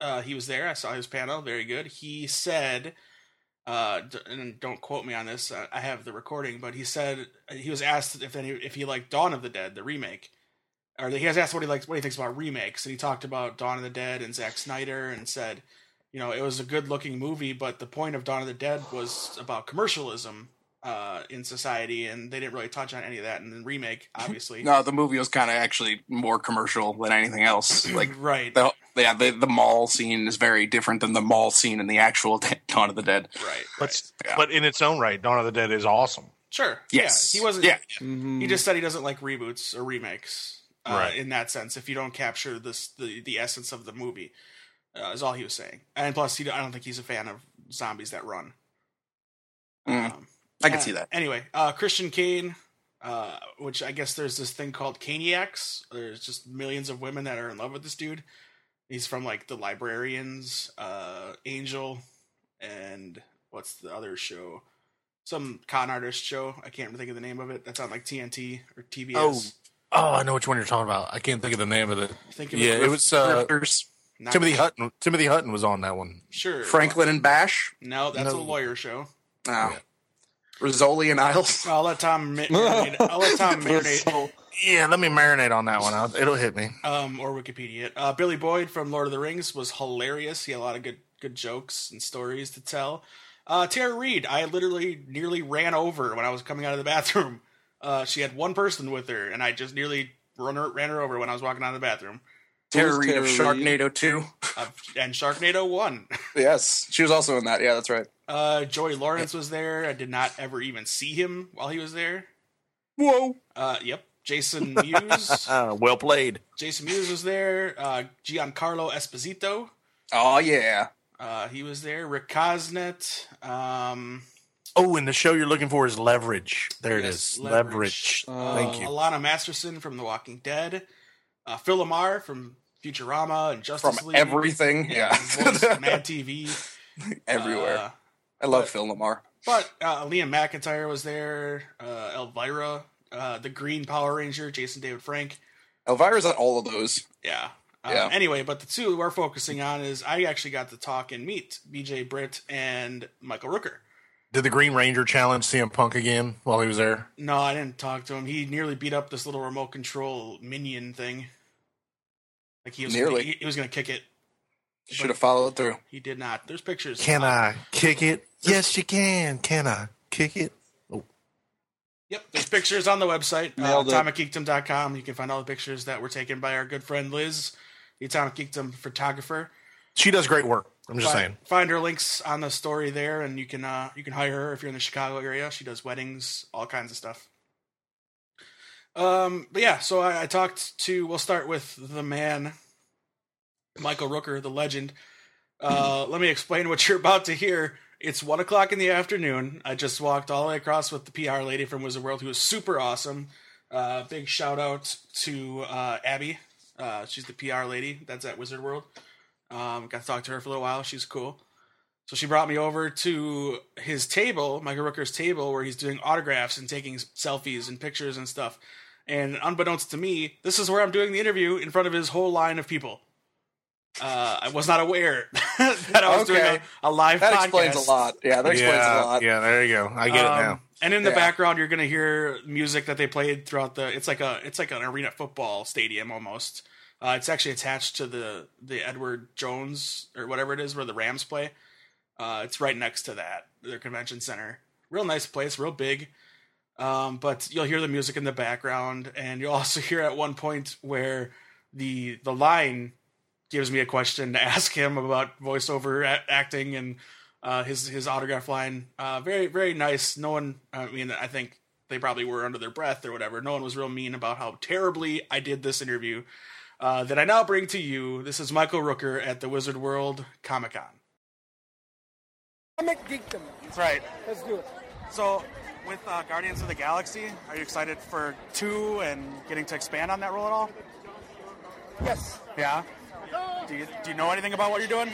uh, he was there. I saw his panel. Very good. He said uh, d- and don't quote me on this. uh, I I have the recording, but he said he was asked if any if he liked Dawn of the Dead, the remake, or he was asked what he likes, what he thinks about remakes, and he talked about Dawn of the Dead and Zack Snyder, and said, you know, it was a good looking movie, but the point of Dawn of the Dead was about commercialism uh, in society, and they didn't really touch on any of that. And then remake, obviously,
No, the movie was kind of actually more commercial than anything else. Like
right,
the yeah, the, the mall scene is very different than the mall scene in the actual Dawn of the Dead.
right,
But,
Yeah.
but in its own right, Dawn of the Dead is awesome.
sure,
Yes.
yeah, he wasn't,
Yeah.
Mm-hmm.
He just said he doesn't like reboots or remakes uh,
Right.
in that sense. If you don't capture this, the the essence of the movie uh, is all he was saying. And plus, he, I don't think he's a fan of zombies that run.
Mm.
Um,
I can
uh,
see that.
Anyway, uh, Christian Kane, uh, which I guess there's this thing called Caniacs. There's just millions of women that are in love with this dude. He's from like the Librarians, uh, Angel, and what's the other show? Some con artist show. I can't think of the name of it. That's on like TNT or TBS.
Oh, I know which one you're talking about. I can't think of the name of it.
Think of
Yeah, it was uh,
Grifters,
not-
Timothy Hutton. Timothy Hutton was on that one.
Sure.
Franklin and Bash,
No, that's
No.
a lawyer show.
uh,
oh. Rizzoli and Isles.
I'll let Tom. Ma- marinate- I'll let Tom marinate.
Yeah, let me marinate on that one. I'll, it'll hit me.
um, or Wikipedia. it. Uh, Billy Boyd from Lord of the Rings was hilarious. He had a lot of good good jokes and stories to tell. Uh, Tara Reid, I literally nearly ran over when I was coming out of the bathroom. Uh, she had one person with her, and I just nearly run her, ran her over when I was walking out of the bathroom.
Tara
Who's
Reid of
Tara Reid?
Sharknado 2.
Uh, and Sharknado won.
Yes, she was also in that. Yeah, that's right.
Uh, Joey Lawrence was there. I did not ever even see him while he was there.
Whoa.
Uh, yep. Jason Mewes.
Uh, well played.
Jason Mewes was there. Uh, Giancarlo Esposito.
Oh, yeah.
Uh, he was there. Rick Cosnett. Um,
Oh, and the show you're looking for is Leverage. There
Yes,
it is.
Leverage.
Leverage.
Uh,
Thank you.
Alana Masterson from The Walking Dead. Uh, Phil Lamar from Futurama and Justice
From
League.
everything. Yeah.
Voice, Mad TV.
Everywhere.
Uh,
I love
but-
Phil Lamar.
but uh, Liam McIntyre was there. Uh, Elvira. Uh, the Green Power Ranger. Jason David Frank.
Elvira's on all of those.
Yeah. Um,
Yeah.
Anyway, but the two we're focusing on is I actually got to talk and meet BJ Britt and Michael Rooker.
Did the Green Ranger challenge CM Punk again while he was there?
No, I didn't talk to him. He nearly beat up this little remote control minion thing. Like he was
Nearly.
Gonna, he, he was going to kick it.
Should have followed through.
He did not. There's pictures.
Can I kick it? Yes, you can. Can I kick it?
Yep, there's pictures on the website, uh,
Nailed it.
atomicgeekdom.com. You can find all the pictures that were taken by our good friend Liz, the Atomic Geekdom photographer.
She does great work. I'm just
Find,
saying.
find her links on the story there, and you can uh, you can hire her if you're in the Chicago area. She does weddings, all kinds of stuff. Um, but yeah, so I, I talked to. We'll start with the man, Michael Rooker, the legend. Uh, let me explain what you're about to hear. It's one o'clock in the afternoon. I just walked all the way across with the PR lady from Wizard World, who was super awesome. Uh, big shout out to uh, Abby. Uh, she's the PR lady that's at Wizard World. Um, got to talk to her for a little while. She's cool. So she brought me over to his table, Michael Rooker's table, where he's doing autographs and taking s- selfies and pictures and stuff. And unbeknownst to me, this is where I'm doing the interview in front of his whole line of people. Uh, I was not aware that I was doing
Okay.
a, a live
That
podcast.
explains a lot. Yeah, that explains
yeah,
a lot.
yeah, there you go. I get
Um,
it now.
And in the
Yeah.
background, you're gonna hear music that they played throughout the. It's like a it's like an arena football stadium almost. Uh, it's actually attached to the the Edward Jones or whatever it is where the Rams play. Uh, it's right next to that their convention center. Real nice place, real big. Um, but you'll hear the music in the background, and you'll also hear at one point where the the line gives me a question to ask him about voiceover a- acting and uh, his his autograph line. Uh, very very nice. No one. I mean, I think they probably were under their breath or whatever. No one was real mean about how terribly I did this interview. Uh, that I now bring to you. This is Michael Rooker at the Wizard World Comic Con.
Atomic Geekdom.
That's right.
Let's do it.
So, with uh, Guardians of the Galaxy, are you excited for two and getting to expand on that role at all?
Yes.
Yeah. Do you, do you know anything about what you're doing?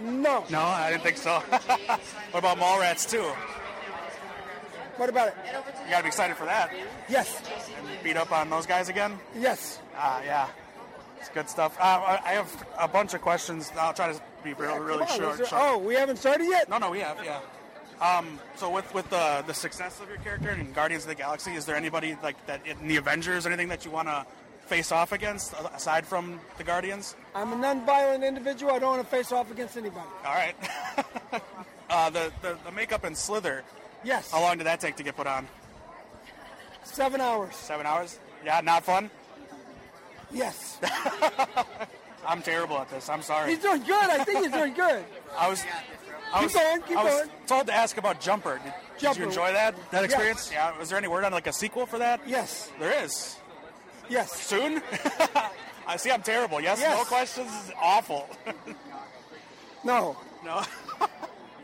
No.
No, I didn't think so. what about Mallrats too? You
What about it?
gotta be excited for that.
Yes.
Beat up on those guys again?
Yes.
Uh, Ah, yeah. It's good stuff. Uh, I I have a bunch of questions. I'll try to be really, really
Come on,
short.
is there-
short.
oh, we haven't started yet.
No, no, we have, yeah. Um, so with with the the success of your character in Guardians of the Galaxy, is there anybody like that in the Avengers, anything that you want to face off against a- aside from the Guardians?
I'm a non-violent individual. I don't want to face off against anybody.
All right. uh, the, the the makeup in Slither.
Yes.
How long did that take to get put on?
Seven hours.
Seven hours? Yeah, not fun.
Yes.
I'm terrible at this. I'm sorry.
he's doing good. I think he's doing good.
I was. I
Keep
was,
going, keep
I was
going.
told to ask about Jumper. Did, did
Jumper.
you enjoy that that experience? Yeah. Was there any word on like a sequel for that?
Yes.
There is.
Yes.
Soon? I see I'm terrible. Yes,
Yes.
no questions is awful.
No.
no.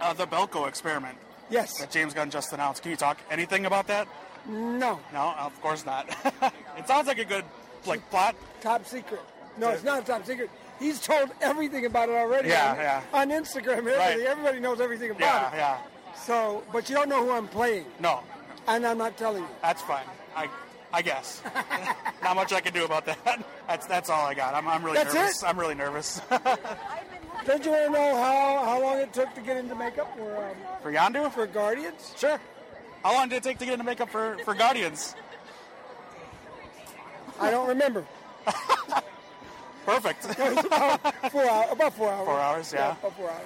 uh, the Belko experiment
Yes.
that James Gunn just announced. Can you talk anything about that?
No.
No, of course not. it sounds like a good like plot.
Top secret. No, it's not top secret. He's told everything about it already.
Yeah,
on,
yeah.
on Instagram, everything.
Right.
Everybody knows everything about
Yeah,
it.
yeah.
So, but you don't know who I'm playing,
No,
and I'm not telling you.
that's fine. I I guess. not much I can do about that. That's that's all I got. I'm, I'm really
That's
nervous.
it?
I'm really nervous.
Don't you want to know how, how long it took to get into makeup for um,
for Yondu?
for Guardians?
Sure. How long did it take to get into makeup for, for Guardians?
I don't remember.
Perfect.
Four hours, about four hours.
Four hours, yeah.
about four hours.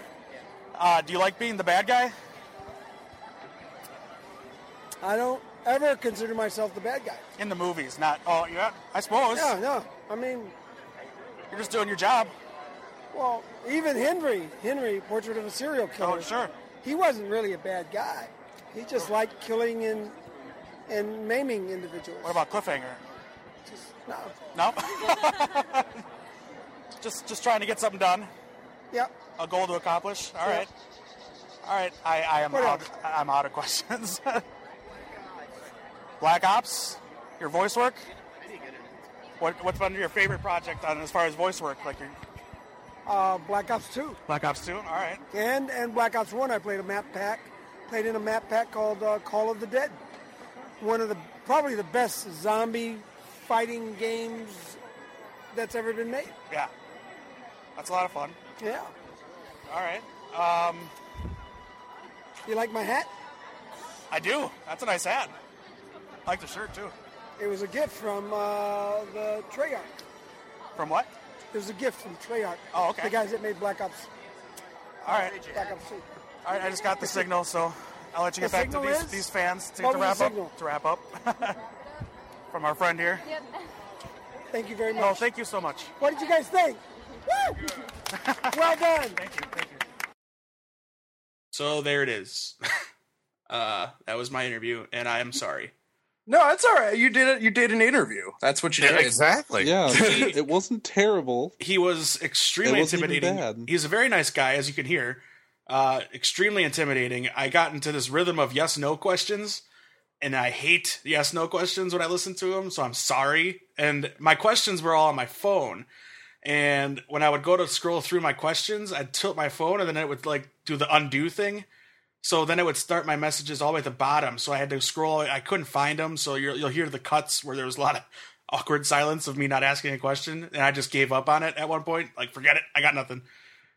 Uh, do you like being the bad guy?
I don't ever consider myself the bad guy.
In the movies, not. Oh, yeah. I suppose.
No, no. I mean,
You're just doing your job.
well, even Henry, Henry, Portrait of a Serial Killer.
Oh, sure.
He wasn't really a bad guy. He just liked killing and and maiming individuals.
What about cliffhanger?
No.
No. just just trying to get something done.
Yep.
A goal to accomplish. All
Yeah.
right. All right. I, I am
What
out.
else?
I'm out of questions. Black Ops. Your voice work. What what's been your favorite project on as far as voice work? Like your
Uh, Black Ops Two
Black Ops Two. All right.
and and Black Ops One. I played a map pack. Played in a map pack called uh, Call of the Dead. One of the probably the best zombie fighting games that's ever been made.
Yeah. That's a lot of fun.
Yeah.
All right. Um,
You like my hat?
I do. That's a nice hat. I like the shirt too.
It was a gift from uh, the Treyarch.
From what?
It was a gift from Treyarch.
Oh, okay.
The guys that made Black Ops.
All right.
Black Ops 2.
All right, I just got the signal, so I'll let you
The
get back to
signal
these,
is?
these fans to,
What
to
was the
wrap
signal?
up. To wrap up from our friend here.
Thank you very much.
No, thank you so much.
what did you guys think? Woo! well done.
Thank you, thank you. So there it is. uh, that was my interview, and I am sorry.
No, it's all right. You did it. You did an interview. That's what you
Yeah,
did.
exactly.
Yeah, it wasn't terrible.
He was extremely
It wasn't even
intimidating.
bad.
He's a very nice guy, as you can hear. Uh, extremely intimidating. I got into this rhythm of yes no questions, and I hate yes no questions when I listen to them, so I'm sorry. And my questions were all on my phone. And when I would go to scroll through my questions, I'd tilt my phone and then it would like do the undo thing. So then it would start my messages all the way at the bottom. So I had to scroll. I couldn't find them. So you'll, you'll hear the cuts where there was a lot of awkward silence of me not asking a question. And I just gave up on it at one point. Like, forget it. I got nothing.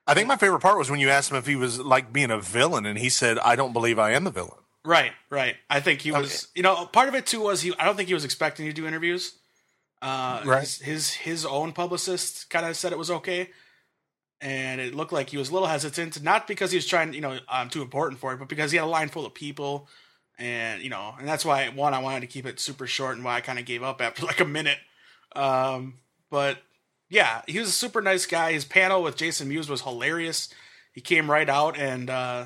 I think my favorite part was when you asked him if he was like being a villain, and he said, "I don't believe I am a villain."
Right, right. I think he was, you know, part of it too was he. I don't think he was expecting to do interviews. Uh,
Right.
His his, his own publicist kind of said it was okay, and it looked like he was a little hesitant, not because he was trying, you know, I'm too important for it, but because he had a line full of people, and you know, and that's why one I wanted to keep it super short, and why I kind of gave up after like a minute. Um, but yeah, he was a super nice guy. His panel with Jason Mewes was hilarious. He came right out and. uh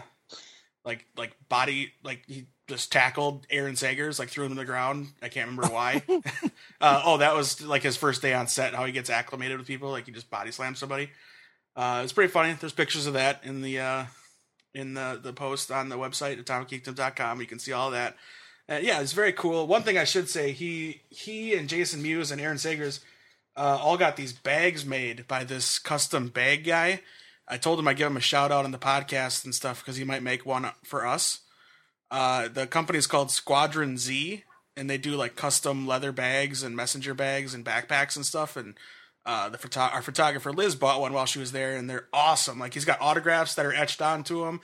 like like body like he just tackled Aaron Sagers, like threw him to the ground. I can't remember why. uh, oh, that was like his first day on set. and How he gets acclimated with people, like he just body slams somebody. Uh, it's pretty funny. There's pictures of that in the uh, in the the post on the website atomicgeekdom.com. You can see all that. Uh, yeah, it's very cool. One thing I should say, he he and Jason Mewes and Aaron Sagers uh, all got these bags made by this custom bag guy. I told him I give him a shout out on the podcast and stuff because he might make one for us. Uh, the company is called Squadron Z, and they do like custom leather bags and messenger bags and backpacks and stuff. And uh, the photo- our photographer Liz bought one while she was there, and they're awesome. Like he's got autographs that are etched onto him,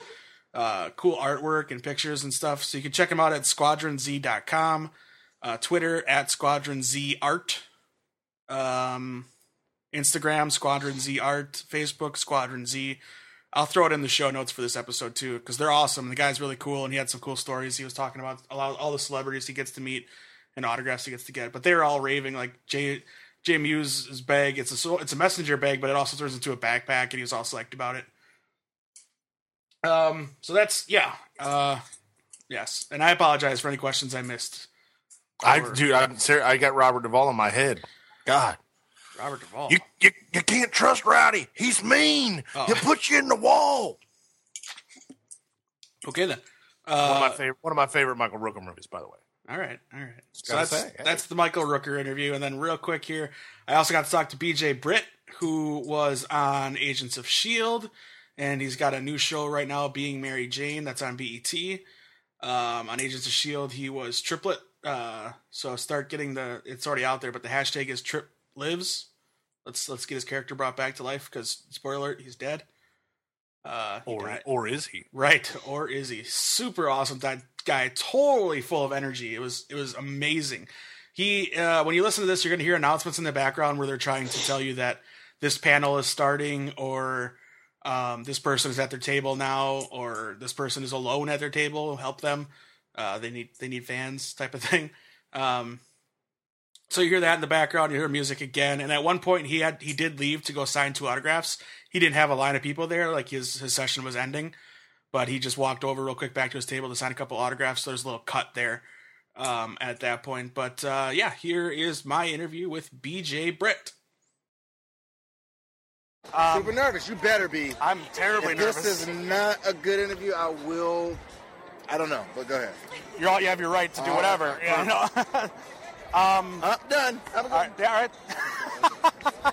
uh, cool artwork and pictures and stuff. So you can check him out at squadronz.com, uh, Twitter at squadronzart, um, Instagram Squadron Z Art, Facebook Squadron Z. I'll throw it in the show notes for this episode too because they're awesome. The guy's really cool, and he had some cool stories. He was talking about a lot, all the celebrities he gets to meet and autographs he gets to get. But they're all raving like Jay Jay Muse's bag. It's a so- it's a messenger bag, but it also turns into a backpack, and he was all psyched about it. Um. So that's yeah. Uh. Yes, and I apologize for any questions I missed.
I
Or-
dude, I'm ser- I got Robert Duvall in my head. God,
Robert Duvall.
you you, you can't trust Rowdy. He's mean.
Oh.
He'll put you in the wall.
okay then.
one of
Uh,
my favorite one of my favorite Michael Rooker movies, by the way.
All right, all right. So
gotta
that's
say, hey.
that's the Michael Rooker interview, and then real quick here, I also got to talk to BJ Britt, who was on Agents of Shield, E and he's got a new show right now, Being Mary Jane, that's on BET. Um, on Agents of Shield, he was triplet. Uh, so start getting the it's already out there, but the hashtag is Trip Lives. Let's let's get his character brought back to life because spoiler alert, he's dead. Uh, he
Or
died.
or is he?
Right, or is he? Super awesome that guy, totally full of energy. It was it was amazing. He uh, when you listen to this, you're gonna hear announcements in the background where they're trying to tell you that this panel is starting or um, this person is at their table now or this person is alone at their table, help them. Uh, they need they need fans type of thing. Um, so you hear that in the background, you hear music again, and at one point he had he did leave to go sign two autographs. He didn't have a line of people there, like his his session was ending but he just walked over real quick back to his table to sign a couple autographs. So there's a little cut there um, at that point. But uh, yeah, here is my interview with BJ Britt.
Super nervous. You better be.
I'm terribly
If this is not a good interview, I will. I don't know, but go ahead.
You're all, you have your right
Oh,
to do whatever. You know?
I'm done. Have a good.
yeah, all right.
Oh,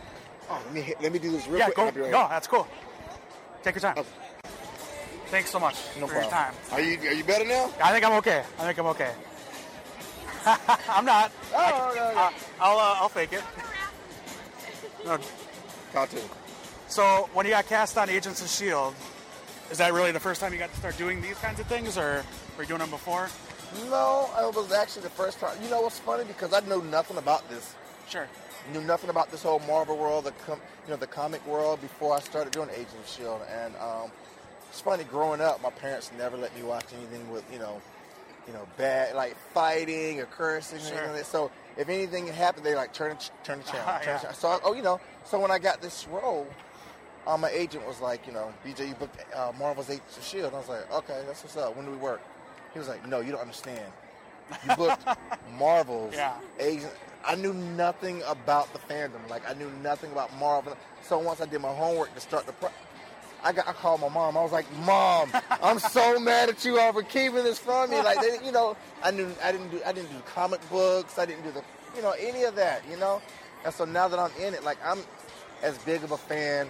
let me hit- let me do this real quick. I'll be right back.
that's cool. Take your time.
Okay.
Thanks so much
No problem. Are you are you better now?
I think I'm okay. I think I'm okay. I'm not.
Oh, no, no.
I'll uh, I'll fake it.
Talk to him.
So when you got cast on Agents of Shield, E is that really the first time you got to start doing these kinds of things, or were you doing them before?
No, it was actually the first time. You know what's funny? Because I know nothing about this.
Sure.
Knew nothing about this whole Marvel world, the com- you know the comic world before I started doing Agent of Shield. And um, it's funny growing up, my parents never let me watch anything with you know, you know bad like fighting or cursing or anything like that. So if anything happened, they like turn the ch- turn the channel. turn the channel. So I, oh, you know. So when I got this role, um, my agent was like, you know, BJ, you booked uh, Marvel's Agent of Shield. And I was like, okay, that's what's up. When do we work? He was like, no, you don't understand. You booked Marvel's
Yeah.
Agent. I knew nothing about the fandom. Like I knew nothing about Marvel. So once I did my homework to start the pro, I got I called my mom. I was like, Mom, I'm so mad at you all for keeping this from me. Like they, you know, I knew I didn't do I didn't do comic books. I didn't do the you know any of that. You know, and so now that I'm in it, like I'm as big of a fan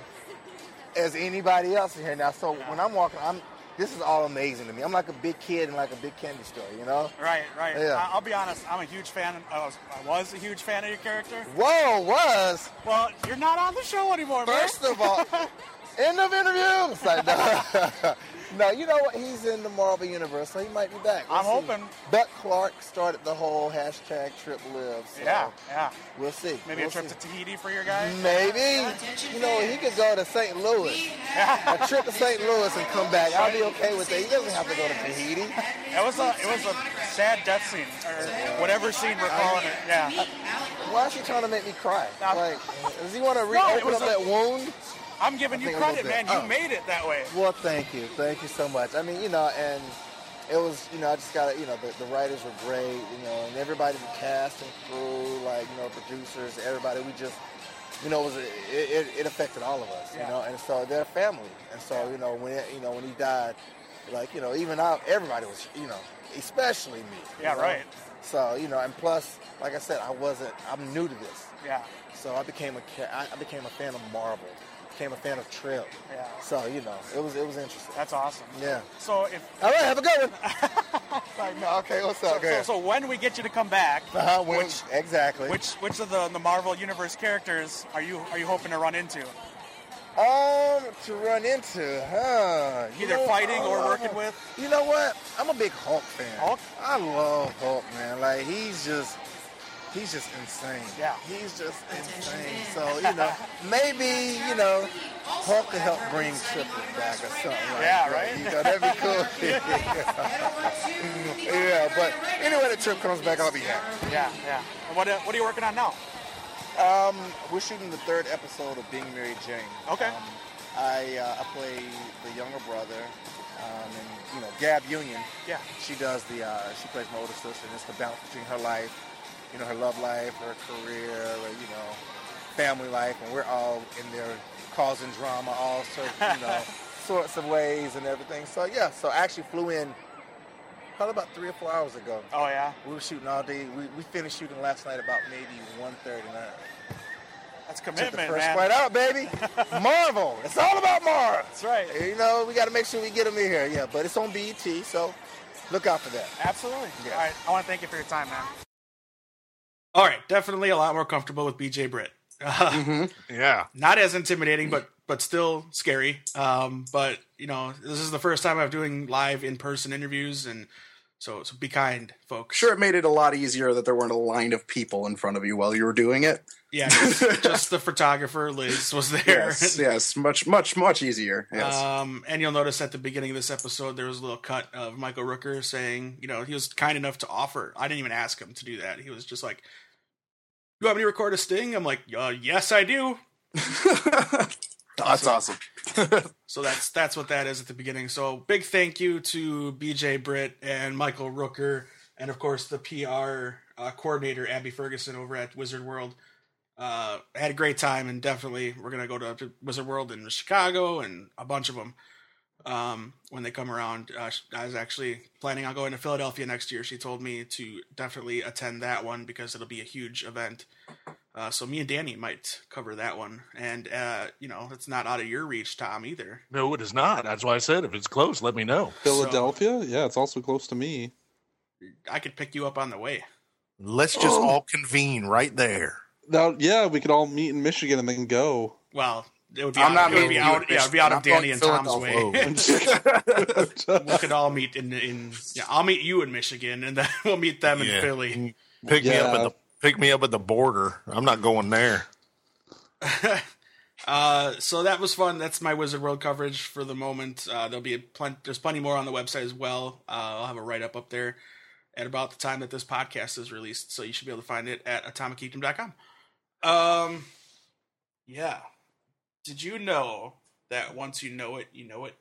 as anybody else in here now. So when I'm walking, I'm this is all amazing to me. I'm like a big kid in like a big candy store. You know.
Right, right.
Yeah.
I- I'll be honest. I'm a huge fan. I was, I was a huge fan of your character.
Whoa, was.
Well, you're not on the show anymore, man.
First of all, end of interview. It's like, no. no, you know what? He's in the Marvel universe, so he might be back.
I'm
We'll see.
hoping.
Buck Clark started the whole hashtag trip live. So
Yeah, yeah.
We'll see.
Maybe
we'll
a trip
see.
to Tahiti for your guy.
Maybe. You know, he could go to St. Louis. a trip to St. Louis and come back. I'll be okay with that. He doesn't have to go to Tahiti.
It was a it was a sad death scene or whatever scene we're calling it. Yeah.
Why is he trying to make me cry?
No.
Like, does he want to
No, it
reopen
was
up
a-
that wound?
I'm giving
I
you
think I
credit,
wrote
man.
that.
You
Oh.
made it that way.
Well, thank you, thank you so much. I mean, you know, and it was, you know, I just got, to you know, the, the writers were great, you know, and everybody, the cast and crew, like, you know, producers, everybody, we just, you know, it was, it, it, it affected all of us, you
Yeah.
know, and so they're family, and so, you know, when, it, you know, when he died, like, you know, even I, everybody was, you know, especially me. you
Yeah,
know?
right.
So, you know, and plus, like I said, I wasn't, I'm new to this,
Yeah.
so I became a, ca- I I became a fan of Marvel, became a fan of Trip.
Yeah.
So you know, it was it was interesting.
That's awesome.
Yeah.
So if
All right, have a good one. Like, no, okay, what's up? Go
So,
ahead.
so when we get you to come back,
Uh-huh, when-
which
exactly.
which which of the, the Marvel Universe characters are you are you hoping to run into?
Um, to run into, huh? You
Either
know,
fighting
I
or
love
working
him.
with?
You know what? I'm a big Hulk fan.
Hulk?
I love Hulk, man. Like he's just, he's just insane.
Yeah.
He's just insane. So you know, maybe you know, Hulk could help bring Triple back or something. Like
Yeah,
that.
right?
You know, that'd be cool. yeah, but anyway, the trip comes back, I'll be happy.
Yeah, yeah. And what uh, what are you working on now?
Um, we're shooting the third episode of Being Mary Jane.
Okay.
Um, I uh, I play the younger brother, um, and you know Gab Union.
Yeah.
she does the uh, she plays my older sister and it's the balance between her life you know her love life her career her, you know family life and we're all in there causing drama all sorts you know sorts of ways and everything so yeah so i actually flew in probably about three or four hours ago
Oh yeah,
we were shooting all day we, we finished shooting last night about maybe 1.30 and I
that's
took
commitment,
the first
man.
flight out baby marvel it's all about marvel
That's right.
you know we got to make sure we get them in here yeah but it's on bet so look out for that
Absolutely.
Yeah.
All right. I want to thank you for your time, man.
All right, definitely a lot more comfortable with BJ Britt.
Mm-hmm.
Yeah.
Not as intimidating, but but still scary. Um, but you know, this is the first time I'm doing live in person interviews, and so so be kind, folks.
Sure, it made it a lot easier that there weren't a line of people in front of you while you were doing it.
Yeah, just, just the photographer Liz was there.
Yes, yes, much, much, much easier. Yes.
Um, and you'll notice at the beginning of this episode, there was a little cut of Michael Rooker saying, you know, he was kind enough to offer. I didn't even ask him to do that. He was just like, "You want me to record a sting?" I'm like, uh, "Yes, I do."
That's awesome.
So that's that's what that is at the beginning. So big thank you to BJ Britt and Michael Rooker, and of course the PR uh, coordinator Abby Ferguson over at Wizard World. Uh, I had a great time, and definitely we're gonna go to, to Wizard World in Chicago and a bunch of them um, when they come around. Uh, sh- I was actually planning on going to Philadelphia next year. She told me to definitely attend that one because it'll be a huge event. Uh, so me and Danny might cover that one, and uh, you know it's not out of your reach, Tom, either.
No, it is not. That's why I said if it's close, let me know.
Philadelphia? yeah, it's also close to me.
I could pick you up on the way.
Let's just all convene right there.
Now, yeah, we could all meet in Michigan and then go.
Well, it would be
I'm
out,
not
it would be
meeting you
out,
at
yeah, it would be out of
Michigan.
Danny
I'm
and
going
Tom's way.
Philadelphia.
we could all meet in in yeah. I'll meet you in Michigan, and then we'll meet them in
Yeah.
Philly.
Pick me up
Yeah.
at the pick me up at the border. I'm not going there.
Uh, so that was fun. That's my Wizard World coverage for the moment. Uh, there'll be a plenty. There's plenty more on the website as well. Uh, I'll have a write up up there at about the time that this podcast is released, so you should be able to find it at atomicgeekdom.com. Um, yeah. Did you know that once you know it, you know it?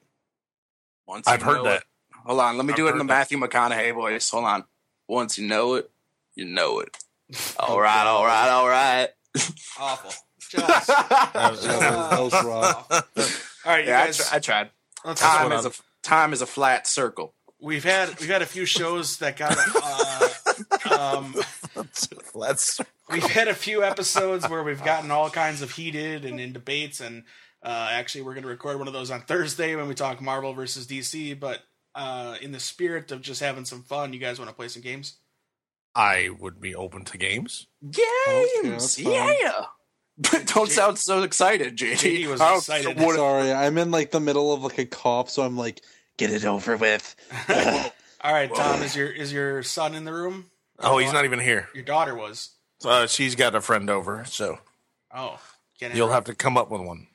Once
I've
you
heard
know
that.
it- Hold on, let me
I've
do it in the
heard
Matthew McConaughey voice. Hold on. Once you know it, you know it. All right, all right, all right.
Awful. Just
that was rough.
All right, you
Yeah, I,
guys.
tr- I tried.
let's
Time
move
is
on.
a time is a flat circle.
We've had we've had a few shows that got. Uh, um,
Let's
we've had a few episodes where we've gotten all kinds of heated and in debates, and uh, actually we're going to record one of those on Thursday when we talk Marvel versus DC. But uh, in the spirit of just having some fun, you guys want to play some games?
I would be open to games.
Games,
fine.
yeah. But don't sound so excited,
JD
JD.
was
Oh,
excited.
what-
Sorry, I'm in like the middle of like a cough, so I'm like, get it over with.
all right, Tom, is your is your son in the room?
Oh, he's not even here.
Your daughter was.
Uh, she's got a friend over, so
Oh, can't
you'll have to come up with one.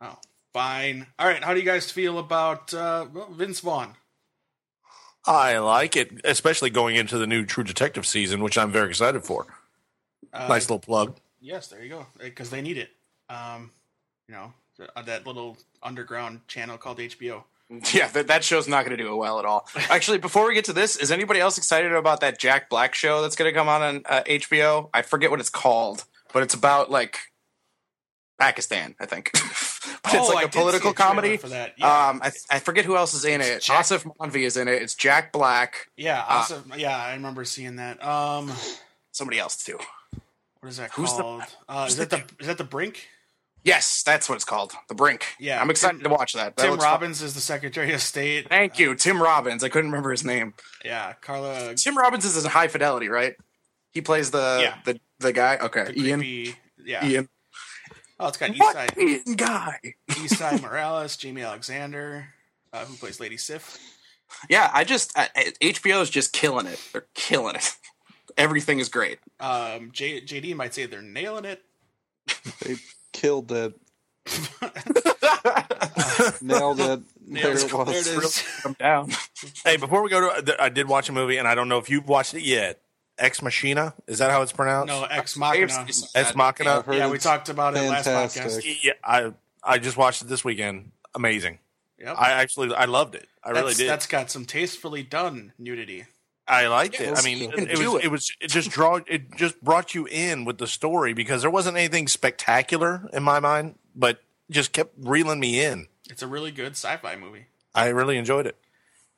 Oh, fine. All right, how do you guys feel about uh, well, Vince Vaughn?
I like it, especially going into the new True Detective season, which I'm very excited for.
Uh,
nice little plug.
Yes, there you go. Because they need it. Um, you know th- uh, that little underground channel called HBO.
yeah, that, that show's not going to do it well at all. Actually, before we get to this, is anybody else excited about that Jack Black show that's going to come on on uh, HBO? I forget what it's called, but it's about like Pakistan, I think. but it's
Oh, I
like a
did see
political
trailer
comedy.
for that. Yeah,
Um, I, I forget who else is in it.
Jack-
Asif Manvi is in it. It's Jack Black.
yeah,
uh,
also, yeah. I remember seeing that. Um,
Somebody else too.
what is that
Who's the-
called? uh, is that the is that the Brink?
Yes, that's what it's called. The Brink.
Yeah,
I'm excited to watch that. that
Tim
looks fun.
Robbins is the Secretary of State.
Thank you, Tim Robbins. I couldn't remember his name.
Yeah, Carla.
Tim Robbins is in High Fidelity, right? He plays the
Yeah.
the, the guy. Okay,
the
Ian.
creepy- Yeah.
Ian.
Oh, it's got Eastside
What Ian guy?
Eastside Morales, Jamie Alexander, uh, who plays Lady Sif.
Yeah, I just I, I- HBO is just killing it. They're killing it. Everything is great.
Um, J- JD might say they're nailing it.
They killed it. Nailed it. There
Nails-
it was.
There it is.
I'm down.
Hey, before we go to, I did watch a movie, and I don't know if you've watched it yet. Ex Machina, is that how it's pronounced?
No, Ex Machina.
Ex Machina.
I've heard
Yeah, we
it's
talked about it last
fantastic.
podcast.
Yeah, I I just watched it this weekend. Amazing.
Yep.
I actually I loved it. I really
That's-
did.
That's got some tastefully done nudity.
I liked it. I
let's
mean,
fucking
it, it
do
was
it.
it. was it just draw it just brought you in with the story because there wasn't anything spectacular in my mind, but just kept reeling me in.
It's a really good sci-fi movie.
I really enjoyed it.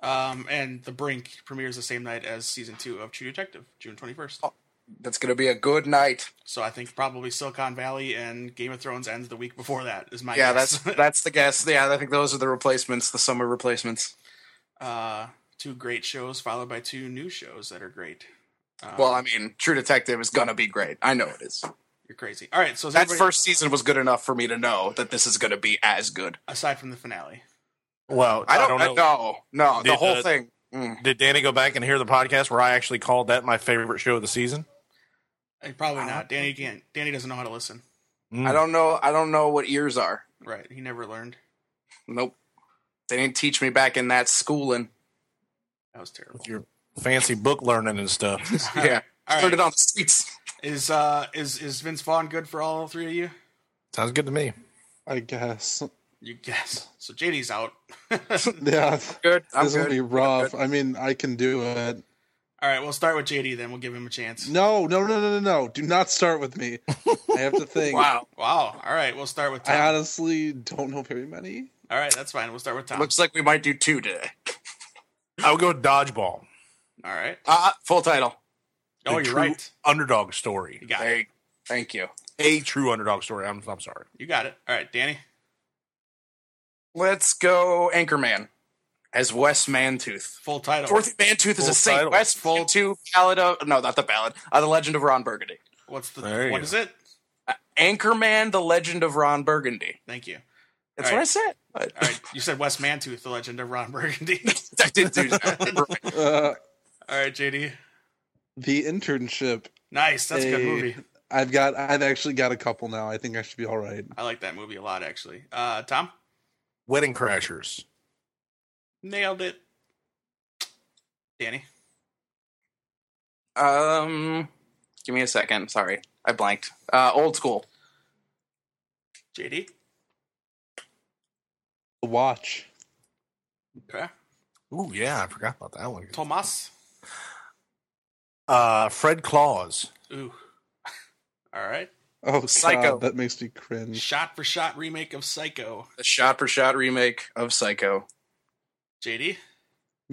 Um, and The Brink premieres the same night as season two of True Detective, June twenty first.
Oh. That's gonna be a good night.
So I think probably Silicon Valley and Game of Thrones ends the week before that. Is my
Yeah,
guess.
that's that's the guess. Yeah, I think those are the replacements, the summer replacements.
uh, two great shows followed by two new shows that are great. Um,
Well, I mean, True Detective is gonna be great. I know it is.
you're crazy. All right, so is
That
everybody-
first season was good enough for me to know that this is gonna be as good.
aside from the finale.
Well,
I don't, know. No, the
Did,
whole
uh,
thing. Mm.
Did Danny go back and hear the podcast where I actually called that my favorite show of the season?
Eh, Probably not. Danny can't. Danny doesn't know how to listen.
I don't know. I don't know what ears are.
Right. He never learned.
Nope. They didn't teach me back in that schooling.
That was terrible.
With your fancy book learning and stuff.
Yeah.
All
Learned
right.
it on the streets.
Is uh is is Vince Vaughn good for all three of you?
Sounds good to me.
I guess.
You guess. So JD's out.
Yeah.
Good. I'm
this will be
good.
rough. I mean, I can do it.
All right, we'll start with JD then. We'll give him a chance.
No, no, no, no, no, no. Do not start with me. I have to think.
Wow.
Wow. All right, we'll start with Tom.
I honestly don't know very many.
All right, that's fine. We'll start with Tom.
Looks like we might do two today.
I would go with Dodgeball.
All right.
Uh, full title.
The
Oh, you're
true
right.
Underdog
You
story.
got
There
it.
you- Thank you.
A true underdog story. I'm I'm sorry.
You got it. All right, Danny.
Let's go Anchorman as Wes Mantooth.
Full title.
Dorothy Mantooth is
Full
a saint.
title.
Wes Mantooth, Ballad of... No, not the Ballad. Uh, the Legend of Ron Burgundy.
What's the
There you
What
go.
is it?
Anchorman, The Legend of Ron Burgundy.
Thank you.
That's
All
what I
right.
said. I,
All right, you said Wes Mantooth, the legend of Ron Burgundy.
I did do that.
Uh,
All right, JD.
the internship.
Nice. That's a good
Hey.
movie.
I've got. I've actually got a couple now. I think I should be all right.
I like that movie a lot, actually. Uh, Tom
Wedding Crashers.
nailed it. Danny.
Um, give me a second. Sorry, I blanked. Uh, old school.
JD.
The watch.
Okay.
Ooh, yeah, I forgot about that one.
Tomas.
Uh, Fred Claus.
Ooh. All right.
Oh,
Psycho.
God, that makes me cringe.
Shot for shot remake of Psycho.
The shot for shot remake of Psycho.
JD.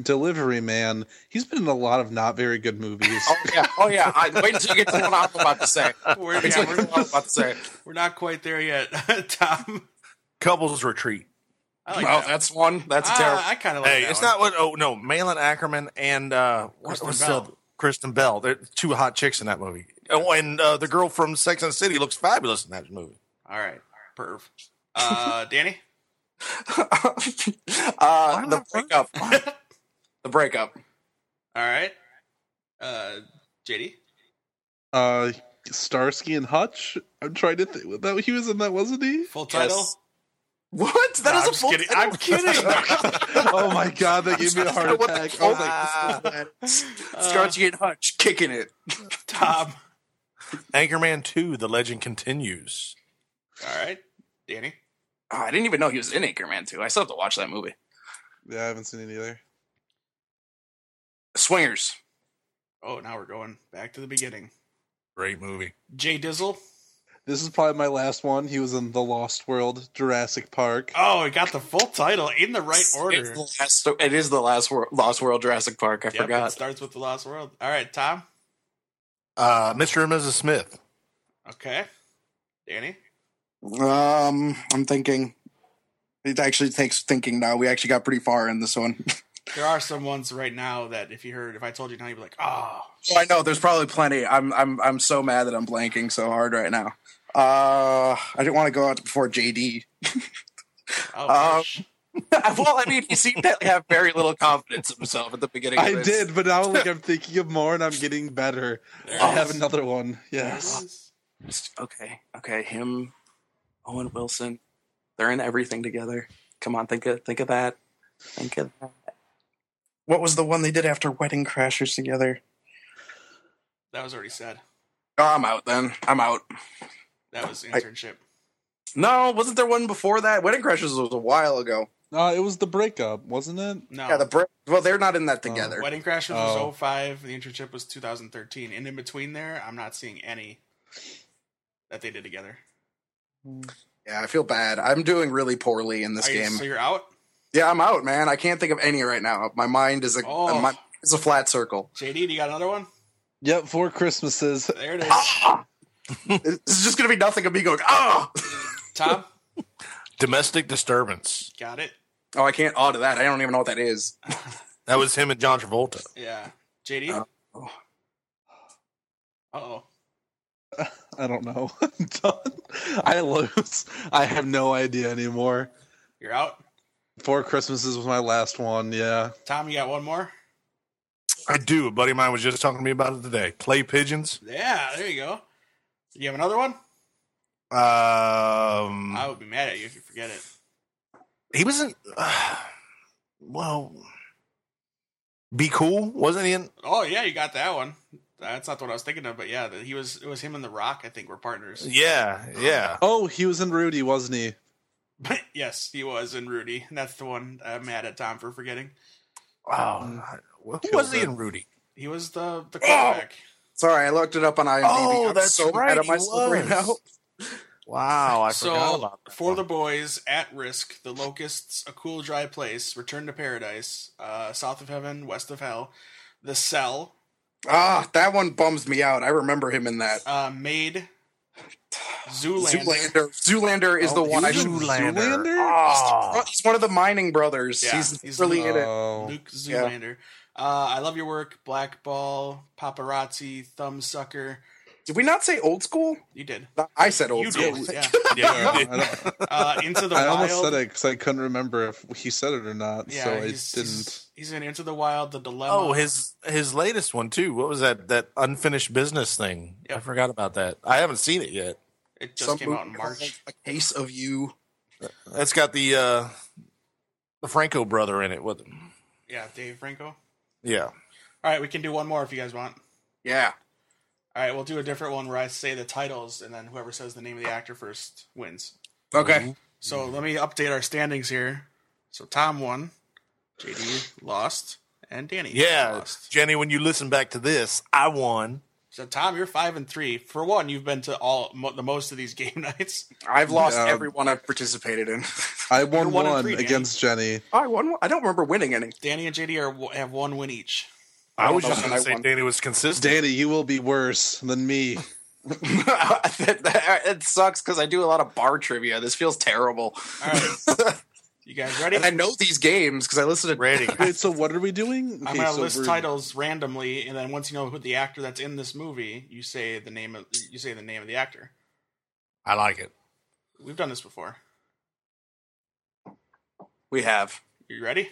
Delivery man. He's been in a lot of not very good movies.
Oh yeah, oh yeah. I, wait until you get to what I'm about to say.
We're,
Wait
yeah,
till you
we're,
get to what I'm about to say.
we're not quite there yet. Tom.
Couples Retreat.
I like
well,
that.
that's one. That's
Ah,
terrible.
I kind of like
Hey,
that
it's
one.
not what. Oh no, Malin Ackerman and uh, what
Kristen
was
Bell.
the Kristen Bell? They're two hot chicks in that movie. Oh, and uh, the girl from Sex and the City looks fabulous in that movie.
All right. Perv. Uh, Danny.
uh, the breakup. the breakup.
All right. Uh, JD.
Uh, Starsky and Hutch. I'm trying to think. That he was in that, wasn't he?
Full title.
Yes. What? That is
I'm
a
just
full.
kidding. I'm kidding.
oh my God, that gave me a heart attack. Oh. I was like,
Uh.
Scarchy and Hutch kicking it.
Tom.
Anchorman Two: The Legend Continues.
All right. Danny.
Oh, I didn't even know he was in Anchorman too. I still have to watch that movie.
yeah, I haven't seen it either.
Swingers.
Oh, now we're going back to the beginning.
Great movie.
Jay Dizzle.
This is probably my last one. He was in The Lost World, Jurassic Park.
Oh, he got the full title in the right
It's
order.
the last, it is the last wor- Lost World Jurassic Park. I
Yep, it
forgot.
starts with the Lost World. All right, Tom.
Uh, Mr. and Mrs. Smith.
Okay. Danny.
Um, I'm thinking. It actually takes thinking now. We actually got pretty far in this one.
There are some ones right now that if you heard, if I told you now, you'd be like, ah.
Oh, I know there's probably plenty. I'm I'm I'm so mad that I'm blanking so hard right now. Uh, I didn't want to go out before JD.
Oh,
Uh,
gosh.
well, I mean, he seemed to have very little confidence in himself at the beginning. Of
I
this.
did, but now like I'm thinking of more and I'm getting better. I have another one. Yes.
Okay, okay, him, Owen Wilson, they're in everything together. Come on, think of think of that. Think of that.
What was the one they did after Wedding Crashers together?
that was already said.
Oh, I'm out then. I'm out.
That was internship.
No, wasn't there one before that? Wedding Crashers was a while ago.
Uh, it was the breakup, wasn't it?
No.
Yeah, the Brit- well, they're not in that together.
Wedding Crashers
Oh.
was 05, the internship was 2013. And in between there, I'm not seeing any that they did together.
yeah, I feel bad. I'm doing really poorly in this
Are you-
game.
so you're out?
Yeah, I'm out, man. I can't think of any right now. My mind is a
Oh.
my, it's a flat circle.
JD, do you got another one?
Yep, four Christmases.
There it is.
this is just gonna be nothing of me going ah.
Tom,
Domestic disturbance.
got it.
Oh, I can't audit that. I don't even know what that is.
That was him and John Travolta.
Yeah. JD? Uh oh.
I don't know. I'm done. I lose. I have no idea anymore.
You're out.
Four Christmases was my last one. Yeah.
Tom, you got one more?
I do. A buddy of mine was just talking to me about it today. Clay pigeons.
Yeah, there you go. You have another one?
Um,
I would be mad at you if you forget it.
he wasn't. Uh, well, be cool, wasn't he? In,
Oh yeah, you got that one. That's not the one I was thinking of, but yeah, the- he was. It was him and The Rock. I think were partners.
yeah, yeah.
Oh, he was in Rudy, wasn't he?
yes, he was in Rudy. And that's the one I'm mad at Tom for forgetting.
Oh, who was he in Rudy?
He was the the quarterback.
Sorry, I looked it up on IMDb.
Oh,
I'm
that's
so
right,
Out of
he
myself right
was.
now.
Wow, I forgot
so
about that.
for the boys, at risk, the locusts, a cool dry place, return to paradise, uh, south of heaven, west of hell, the cell,
Ah, that one bums me out. I remember him in that.
uh, maid, Zoolander. Oh,
Zoolander. Zoolander is the one I
He was in
should.
Zoolander?
Ah.
He's one of the mining brothers.
Yeah,
he's,
he's
really
the- uh,
in it.
Oh.
Luke Zoolander. Uh, I love your work, Blackball, Paparazzi, Thumbsucker.
Did we not say old school?
You did.
I said old
You
school.
did. Yeah.
yeah,
I,
you did.
don't-
Uh, Into the
I
Wild.
almost said it because I couldn't remember if he said it or not, so I
he's-
didn't.
He's, he's in Into the Wild, The Dilemma.
Oh, his his latest one too. What was that? That unfinished business thing. I
Yep.
forgot about that. I haven't seen it yet.
it just
Some
came out in
movie
March.
called A case of you.
That's got the uh the Franco brother in it with him.
Yeah, Dave Franco. All
Yeah.
right, we can do one more if you guys want.
Yeah.
All right, we'll do a different one where I say the titles and then whoever says the name of the actor first wins.
Okay.
So
Mm-hmm.
let me update our standings here. So Tom won, JD lost, and Danny
Yeah.
lost.
Jenny, when you listen back to this, I won.
So Tom, you're five and three. For one, you've been to all mo- the most of these game nights.
I've lost
Yeah.
everyone I've participated in.
I won
one
one,
and three, Danny.
against Jenny.
I won. one- I don't remember winning any.
Danny and JD are, w- have one win each.
I was
know
just
that
gonna
I
say
won.
Danny was consistent.
Danny, you will be worse than me.
that, that- it sucks because I do a lot of bar trivia. This feels terrible.
All right, you guys ready?
And I know these games because I listen to
Rating.
Wait, so what are we doing?
I'm
Okay,
gonna
so
list
we're-
titles randomly, and then once you know who the actor that's in this movie, you say the name of you say the name of the actor.
I like it.
We've done this before.
We have.
You ready?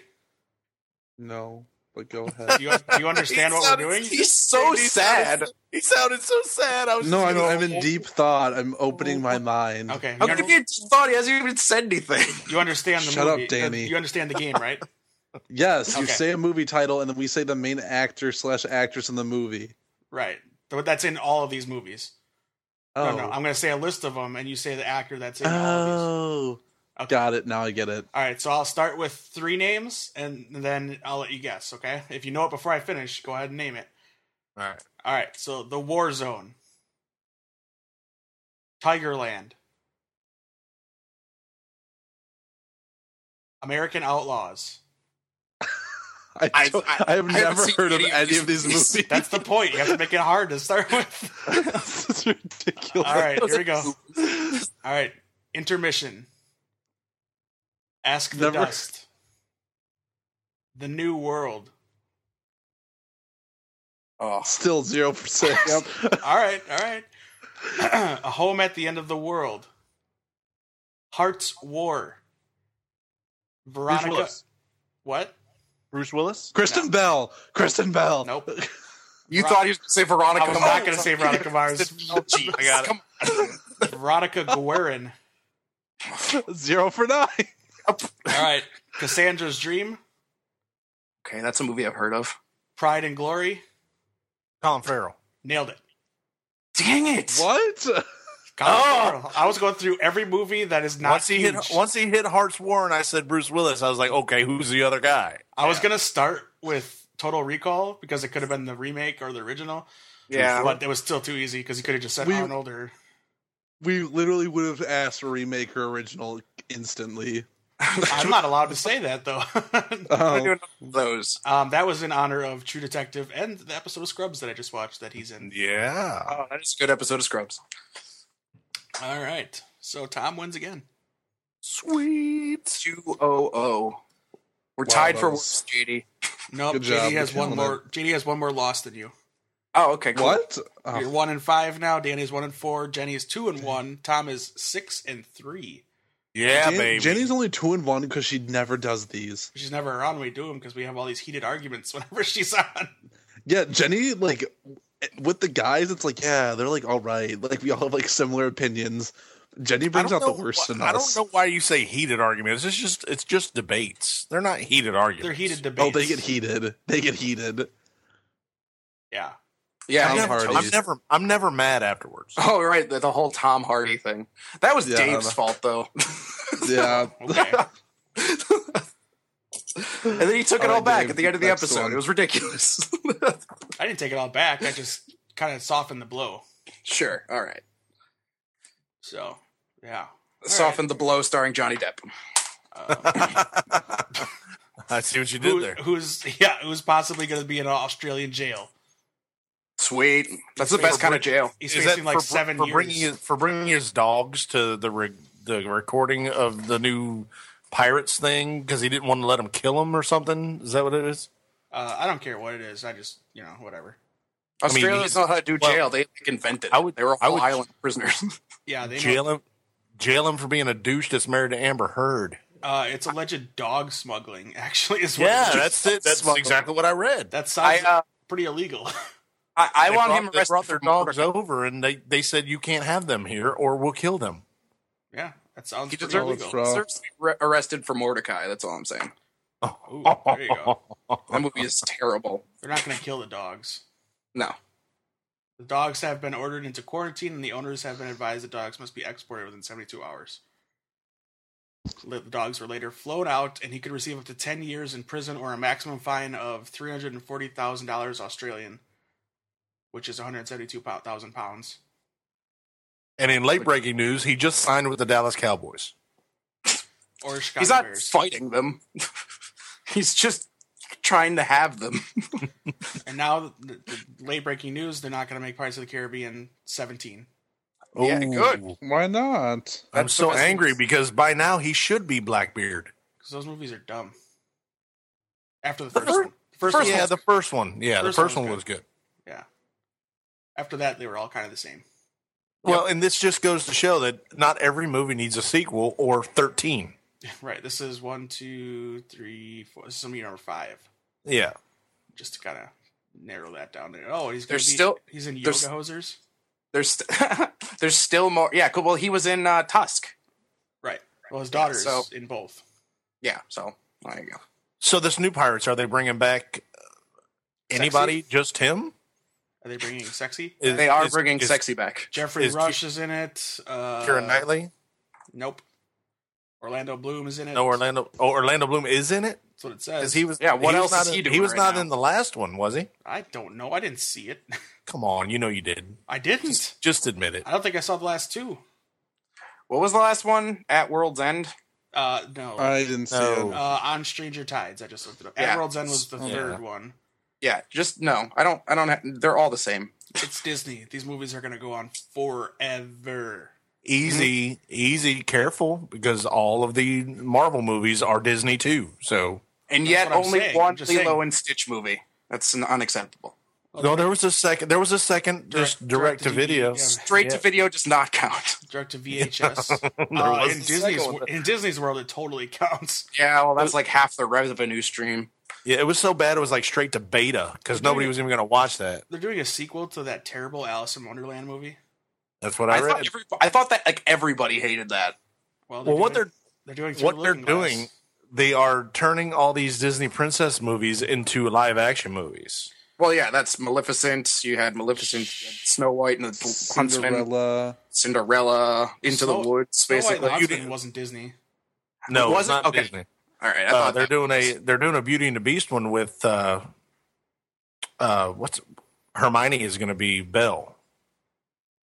No, but go
Do
ahead.
you, do you understand what we're doing?
He's so sad.
He sounded so sad. I was
no, I'm, I'm in deep thought. I'm opening my mind.
Okay.
How
you,
could
under-
he have thought he hasn't even said anything?
you understand the
Shut up,
movie? uh,
Danny.
You understand the game, right?
Yes, you
Okay.
say a movie title, and then we say the main actor slash actress in the movie.
right. But that's in all of these movies.
Oh,
No, no. I'm gonna say a list of them, and you say the actor that's in all of these.
oh,
Okay.
got it. Now I get it.
All right. So I'll start with three names, and then I'll let you guess. Okay. If you know it before I finish, go ahead and name it.
All right.
All right, so the War Zone, Tigerland, American Outlaws.
I,
I-
don't-
I-
I have
I haven't
never
seen
heard of
any of
any
these
of these
movies.
movies.
That's the point. You have to make it hard to start with.
That's ridiculous.
All right, here we go. All right, Intermission. Ask the
Never-
Dust. The New World.
Oh,
Still zero percent.
All right, all right. A Home at the End of the World. Hearts War.
Bruce
Veronica.
Willis.
What?
Bruce Willis?
Kristen Bell. Kristen Bell.
Nope.
you
Right.
thought he was going to say Veronica
I was
Mars.
not going to say Veronica Mars.
Oh, jeez.
I got it.
Come
Veronica Guerin.
Zero for nine.
on.
All right. Cassandra's Dream.
Okay, that's a movie I've heard of.
Pride and Glory.
Colin Farrell.
Nailed it.
Dang it.
What?
Colin Farrell. I was going through every movie that is not
Oh! once he hit
huge.
once he hit Hearts War and I said Bruce Willis, I was like, okay, who's the other guy?
I was going to start with Total Recall because it could have been the remake or the original,
Yeah.
but it was still too easy because he could have just said
We-
Arnold or
We literally would have asked for remake or original instantly.
I'm not allowed to say that though.
I'm gonna do
Oh,
enough of those.
um, that was in honor of True Detective and the episode of Scrubs that I just watched that he's in.
Yeah.
Oh, that is a good episode of Scrubs.
All right, so Tom wins again.
Sweet. 200. We're tied for
that
worst,
was-
JD.
No,
Good
JD
job.
has
You're
one
killing
more. JD has one more loss than you.
Oh, okay. Cool.
what? Oh,
You're one and five now. Danny is one and four. Jenny is two and one. Tom is six and three.
Yeah,
Jan-
baby.
Jenny's only two and one because she never does these.
She's never around when we do them because we have all these heated arguments whenever she's on.
Yeah, Jenny, like with the guys, it's like, yeah, they're like all right. Like we all have like similar opinions. Jenny
I
brings
don't
out the
know
worst
wh-
in
I
us.
don't know why you say heated arguments. It's just it's just debates. They're not heated arguments.
They're heated debates.
Oh, they get heated. They get heated.
Yeah.
Yeah.
Tom
I'm never,
Hardy.
I'm never I'm never mad afterwards.
Oh, right. The, the whole Tom Hardy thing. That was
Yeah,
Dave's
the-
fault, though.
Yeah.
Okay.
and then he took it
All
all back
right, Dave,
at the end of the
next
episode.
one.
It was ridiculous.
I didn't take it all back. I just kind of softened the blow.
sure. All right.
So yeah.
Soften the blow, starring Johnny Depp.
Um,
I see what you did
who,
there.
who's yeah? Who's possibly going to be in an Australian jail?
Sweet. That's the
For
best kind of
Brit-
jail.
He's
Is that
facing like
for,
seven
for
years.
bringing his, for bringing his dogs to the re- the recording of the new pirates thing because he didn't want to let him kill him or something. Is that what it is?
uh, I don't care what it is. I just you know whatever.
mean,
Australians
he's-
know how to do
well,
jail. they like, invented.
I
I
would-
would, they were a
I
whole
would-
island of prisoners.
Yeah, they know.
Jail him, jail him for being a douche that's married to Amber Heard.
Uh, it's alleged dog smuggling. Actually, is what
Yeah,
it is.
that's it. That's
Smuggle.
exactly what I read.
that
I,
sounds
uh,
pretty illegal.
I, I
They
want
brought,
him
They
arrested
brought their
for murder.
dogs over and they, they said you can't have them here or we'll kill them.
yeah, that sounds
He
pretty
deserves,
illegal.
bro.
deserves to be re- arrested for Mordecai. That's all I'm saying.
Ooh, there you go.
That movie is terrible.
They're not going to kill the dogs.
No.
The dogs have been ordered into quarantine, and the owners have been advised the dogs must be exported within 72 hours. The dogs were later flown out, and he could receive up to 10 years in prison or a maximum fine of $340,000 Australian, which is 172,000 pounds.
And in late breaking news, he just signed with the Dallas Cowboys.
Or Chicago
He's not
Bears.
fighting them. He's just trying to have them.
And now, the, the late breaking news, they're not going to make Pirates of the Caribbean 17.
Yeah,
Ooh.
good.
Why not?
I'm
That's
so
the best
angry
news.
because by now he should be Blackbeard.
Because those movies are dumb. After the first, one.
fir-
First,
First,
one,
yeah, the first one. Yeah,
First
the first
one's
one
good.
was good.
After that, they were all kind of the same.
Well, and this just goes to show that not every movie needs a sequel or 13.
Right. This is one, two, three, four. This is going to be number five.
Yeah.
Just to kind of narrow that down there. Oh, he's going to
There's
be.
still-
he's in yoga
there's-
hosers.
There's st- there's still more. Yeah, cool. Well, he was in uh, Tusk.
Right. Well, his daughter
so-
is in both.
Yeah, so there you go.
So this new Pirates, are they bringing back uh, anybody? Just him?
Are they bringing sexy?
Is-
They are
is-
bringing
is
sexy back.
Jeffrey
is
Rush is in it. Uh,
Keira Knightley?
Nope. Orlando Bloom is in it.
No, Orlando. Oh, Orlando Bloom is in it.
That's what it
'Cause
says.
he was.
Yeah, what
he
else
was not
is he
in-
doing
He was
right
not
now?
in the last one, was he?
I don't know. I didn't see it.
Come on, you know you did.
I didn't.
Just admit it.
I don't think I saw the last two.
What was the last one? At World's End.
Uh, no.
I didn't see
No.
it.
uh, on Stranger Tides. I just looked it up.
Yeah.
Emerald's End was the
Yeah.
third one.
Yeah, just no. I don't. I don't. Ha- they're all the same.
It's Disney. These movies are going to go on forever.
Easy, easy, careful, because all of the Marvel movies are Disney too. So
and
That's
yet
what I'm
only
saying. I'm
one
just saying.
Lilo and Stitch movie. That's an unacceptable.
no, there was a second. There was a second, just Oh, direct,
direct
to
to DVD,
video.
yeah.
Straight to video does not count.
direct to VHS. uh,
was
in
a
Disney's
second one.
in Disney's world, it totally counts.
Yeah, well, that's like half the revenue stream.
Yeah, it was so bad. It was like straight to beta because nobody was even going to watch that.
They're doing a sequel to that terrible Alice in Wonderland movie.
That's what
I,
I, read.
thought every, I thought that like everybody hated that.
Well,
well,
doing-
what they're
they're doing Through
what
the
they're
Looking Glass.
doing, they are turning all these Disney princess movies into live action movies.
Well, yeah, that's Maleficent. You had Maleficent, you had Snow White, and the Huntsman,
Cinderella.
Cinderella, Into
Snow-
the Woods,
Snow White
basically.
and
You
Huntsman
didn't-
wasn't Disney.
No,
Was
it's
it?
not
Okay.
Disney.
All right, I
Uh,
thought
they're
that-
doing a they're doing a Beauty and the Beast one with uh, uh, what's Hermione is going to be Belle.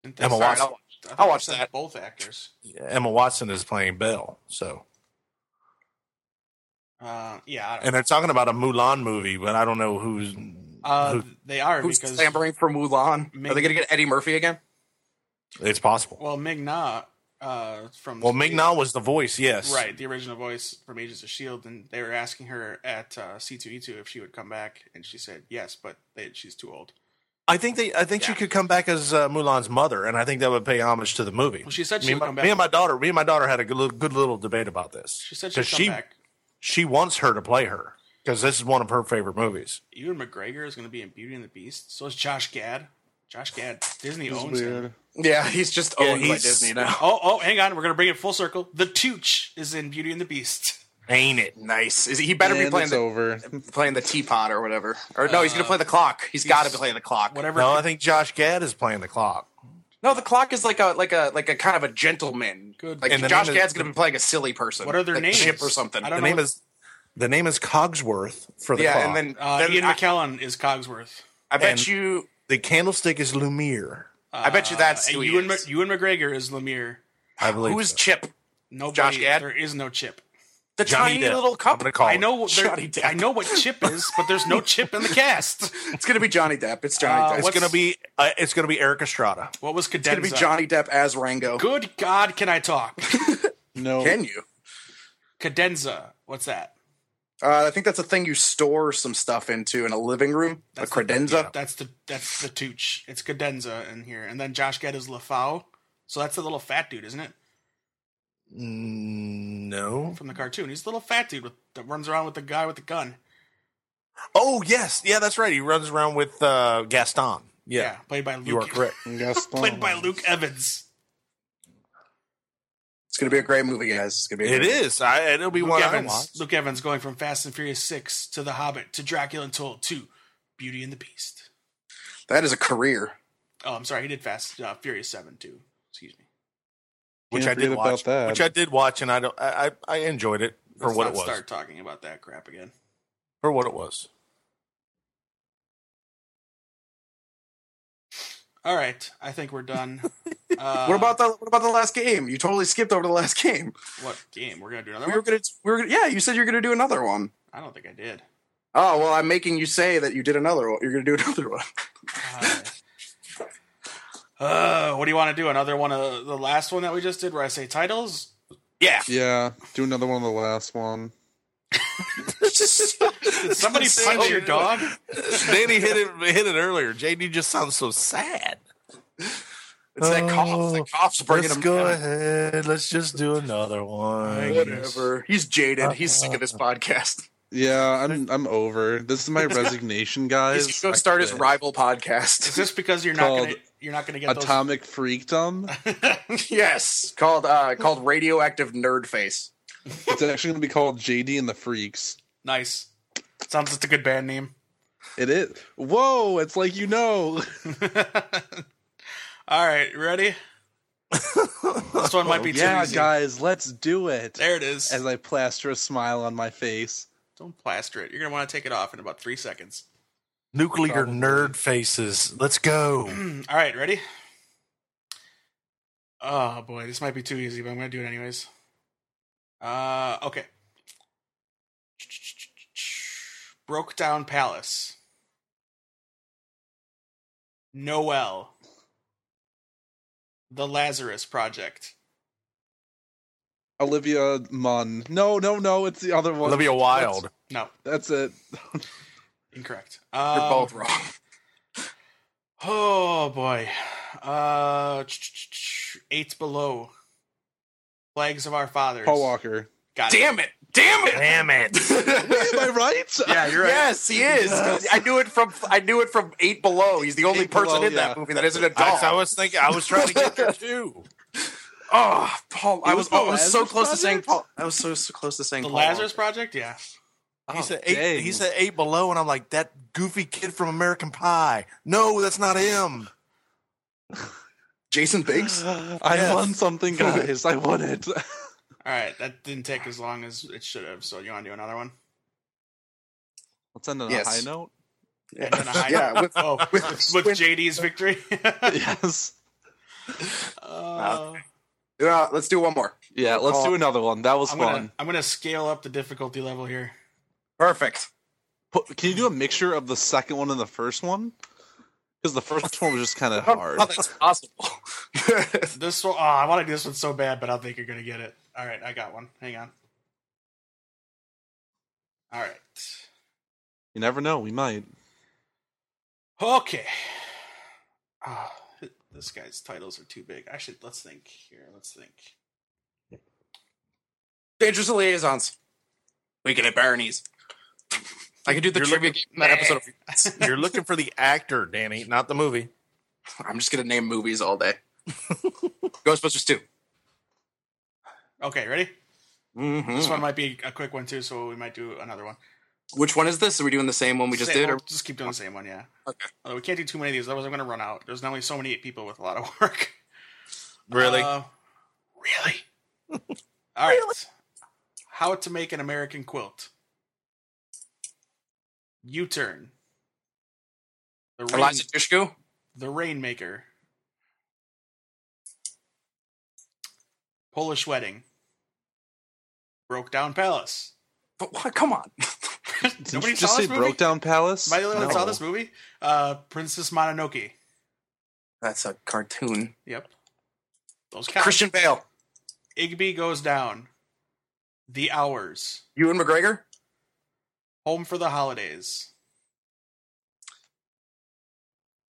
Didn't
Emma
they-
Watson.
I think
I'll watch
they said
that.
Both actors.
Emma Watson is playing Belle. So,
Uh, yeah, I don't
and they're talking about a Mulan movie, but I don't know who's.
Uh,
who,
they are
Who's
because
clamoring for Mulan?
Meg-
Are they going to get Eddie Murphy again?
it's possible.
well, Mig Na, uh, from
Well, Ming Na was the voice. Yes,
right, the original voice from Agents of Shield, E and they were asking her at uh, C two E two if she would come back, and she said yes, but they, she's too old.
I think they. I think she
Yeah.
could come back as uh, Mulan's mother, and I think that would pay homage to the movie.
Well, she said
me,
she
and
would
my,
come back.
me and my daughter. Me and my daughter had a good little, good little debate about this.
She said she'd
'Cause
come
she
back.
she wants her to play her because this is one of her favorite movies.
Ewan McGregor is going to be in Beauty and the Beast. So is Josh Gad. Josh Gad. Disney owns him.
Yeah, he's just
Yeah,
owned by
he's-
Disney now.
Oh, oh, hang on. We're going to bring it full circle. The Tooch is in Beauty and the Beast.
Ain't it?
Nice. Is he, he better be
And
playing
it's
the,
over.
playing the teapot or whatever? Or no, he's going to play the clock. he's got to be playing the clock.
Whatever.
No, I think Josh Gad is playing the clock.
No, the clock is like a like a like a kind of a gentleman.
Good.
Like
And the
Josh
name is-
Gad's going to be playing a silly person.
What are their
like
names?
Chip or something.
I
The
don't
name
know.
is the name is Cogsworth for the
yeah,
clock.
and then,
uh,
then
Ian
I,
McKellen is Cogsworth.
I bet
and-
you.
the candlestick is Lumiere.
Uh,
I bet you that's who
and
he
Ewan,
is.
Mc- Ewan McGregor is Lemire.
I believe.
Who's
so.
Chip?
Nobody,
Josh Gad?
There is no Chip.
The
Johnny
tiny
Depp.
little
I'm
cup.
gonna call
I
it.
know. there-
Johnny Depp.
I know what Chip is, but there's no Chip in the cast.
It's going to be Johnny Depp. It's Johnny
Uh,
Depp.
It's
what's-
gonna be uh, it's gonna be Eric Estrada.
What was
It's going
Cadenza?
to be Johnny Depp as Rango.
Good God, can I talk?
No.
Can you?
Cadenza. What's that?
Uh, I think that's a thing you store some stuff into in a living room.
That's
a
the-
credenza.
That's the that's the Tooch. It's Cadenza in here, and then Josh Gad is LaFau. So that's the little fat dude, isn't it?
Mm, No.
From the cartoon, he's the little fat dude with, that runs around with the guy with the gun.
Oh yes, yeah, that's right. He runs around with uh, Gaston. Yeah,
played by Luke.
you are correct.
Gaston.
played by Luke Evans.
It's going to be a great movie, guys. It's going to be. A
It
great
is. I, it'll be
Luke
one I
Evans.
watch.
Luke Evans going from Fast and Furious six to The Hobbit to Dracula Untold to Beauty and the Beast.
That is a career.
Oh, I'm sorry, he did Fast uh, Furious seven too. Excuse me.
which
Can't
I did
forget
watch.
about that.
Which I did watch, and I don't. I I, I enjoyed it for
Let's
what
not
it was.
Start talking about that crap again.
For what it was.
All right, I think we're done. uh,
what about the What about the last game? You totally skipped over the last game.
what game? We're gonna do another
We were
one.
gonna. We were gonna, Yeah, you said you were gonna do another one.
I don't think I did.
Oh well, I'm making you say that you did another one. You're gonna do another one.
Uh, what do you want to do? Another one of the last one that we just did, where I say titles.
Yeah.
Yeah. Do another one of the last one.
Did somebody
So-
punch your dog?
Danny hit it hit it earlier. JD just sounds so sad.
It's that cough.
Oh,
That cough's bringing him. down.
ahead. Let's just do another one.
Whatever. He's jaded. He's sick of this podcast.
Yeah, I'm I'm over. This is my resignation, guys.
He's gonna go start his rival
Is
podcast.
this because you're not
Called
gonna you're not gonna get those?
Atomic Freakdom.
yes, called uh called Radioactive Nerd Face.
It's actually going to be called JD and the Freaks.
nice. Sounds like a good band name.
It is. Whoa! It's like you know.
All right, ready? this one might be too
yeah,
easy.
guys, let's do it.
There it is.
As I plaster a smile on my face.
Don't plaster it. You're gonna want to take it off in about three seconds.
Nuclear nerd faces. Let's go.
All right, ready? Oh boy, this might be too easy, but I'm gonna do it anyways. Uh, okay. Broke down palace. Noel. The Lazarus Project.
Olivia Munn. No, no, no. It's the other one.
Olivia Wilde.
No,
That's it.
incorrect.
You're
Um,
both wrong.
Oh boy. Uh, ch- ch- ch- eight below. Flags of our fathers.
Paul Walker.
Got
Damn it! Damn it!
Damn it.
Am I right?
Yeah, you're right.
Yes, he is. 'cause I knew it from I knew it from Eight Below. He's the only
Eight
person
Below,
in that
yeah.
movie that isn't a
I,
dog.
I was thinking. I was trying to get her too.
oh, Paul! I
It
was,
was
oh,
the
I was so
Lazarus
close to saying
Project?
Paul. I was so, so close to saying
The
Paul
Lazarus
Walker.
Project. Yeah.
He said
Oh,
eight.
dang.
He said eight below, and I'm like that goofy kid from American Pie. No, that's not him.
Jason Biggs.
I won something, guys. I won it.
All right, that didn't take as long as it should have. So you want to do another one?
Let's end on
Yes.
a high note.
And then a high
Yeah, with-
oh, with, with JD's victory.
yes.
Uh,
Uh, let's do one more.
Yeah, let's do another one. That was
I'm
fun.
gonna I'm gonna scale up the difficulty level here.
Perfect.
Put- Can you do a mixture of the second one and the first one? Because the first one was just kind of hard.
Oh, that's possible.
This one, oh, I want to do this one so bad, but I don't think you're gonna get it. All right, I got one. Hang on. All right.
You never know. We might.
Okay. Ah, this guy's titles are too big. I should let's think here. Let's think.
Dangerous liaisons. Weekend at Bernie's. I could do the
You're
trivia game from that episode. Of,
You're looking for the actor, Danny, not the movie.
I'm just gonna name movies all day. Ghostbusters 2
Okay, ready? This
Hmm.
Mm-hmm.
one might be a quick one too, so we might do another one.
Which one is this? Are we doing the same one we just
Same-
did? Or
we'll just keep doing the same one, yeah.
Okay.
Although we can't do too many of these, otherwise I'm gonna run out. There's not only so many people with a lot of work.
Really?
Uh, really? All right. How to make an American quilt. U turn. The, rain,
Eliza Dushku?
the Rainmaker. Polish Wedding. Broke Down Palace.
But why? Come on.
Did
Nobody
you
saw
just say
this movie?
Broke Down Palace?
Am I the only one that saw
No.
this movie? Uh, Princess Mononoke.
That's a cartoon.
Yep. Those count.
Christian Bale.
Igby goes down. The Hours.
Ewan McGregor.
Home for the Holidays.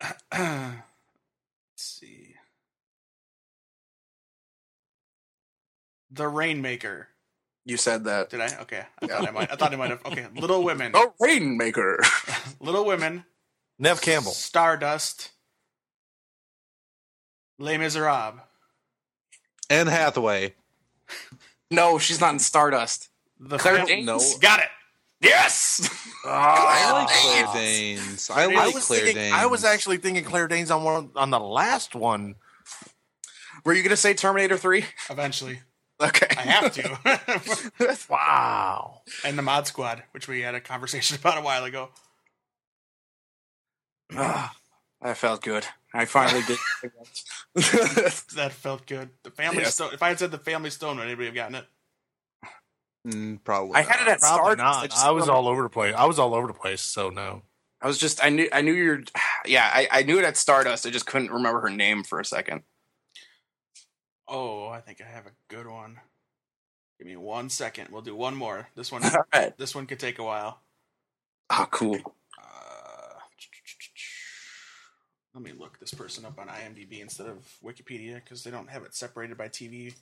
Let's see. The Rainmaker.
You said that.
Did I? Okay. I thought I might. I thought I might have. Okay. Little Women.
Oh, Rainmaker.
Little Women.
Nev Campbell.
Stardust. Les Miserables.
Anne Hathaway.
No, she's not in Stardust.
The
Claire
Fam-
Danes.
No.
Got it.
Yes.
I like Claire Danes. I
I
like
was
Claire
thinking-
Danes.
Ah, I was actually thinking Claire Danes on one on the last one.
Were you gonna say Terminator Three?
Eventually,
Okay.
I have to.
Wow.
and the Mod Squad, which we had a conversation about a while ago.
Ah, that felt good. I finally did.
That felt good. The Family
Yes.
Stone. If I had said the Family Stone, would anybody have gotten it?
Mm, probably.
I had it at
Probably
Stardust.
not. I,
just
was all over the place. I was all over the place. So no.
I was just. I knew. I knew you're. Yeah, I, I knew it at Stardust. I just couldn't remember her name for a second.
Oh, I think I have a good one. Give me one second. We'll do one more. This one.
All right.
this one could take a while.
Oh, cool.
Uh, let me look this person up on IMDb instead of Wikipedia because they don't have it separated by TV.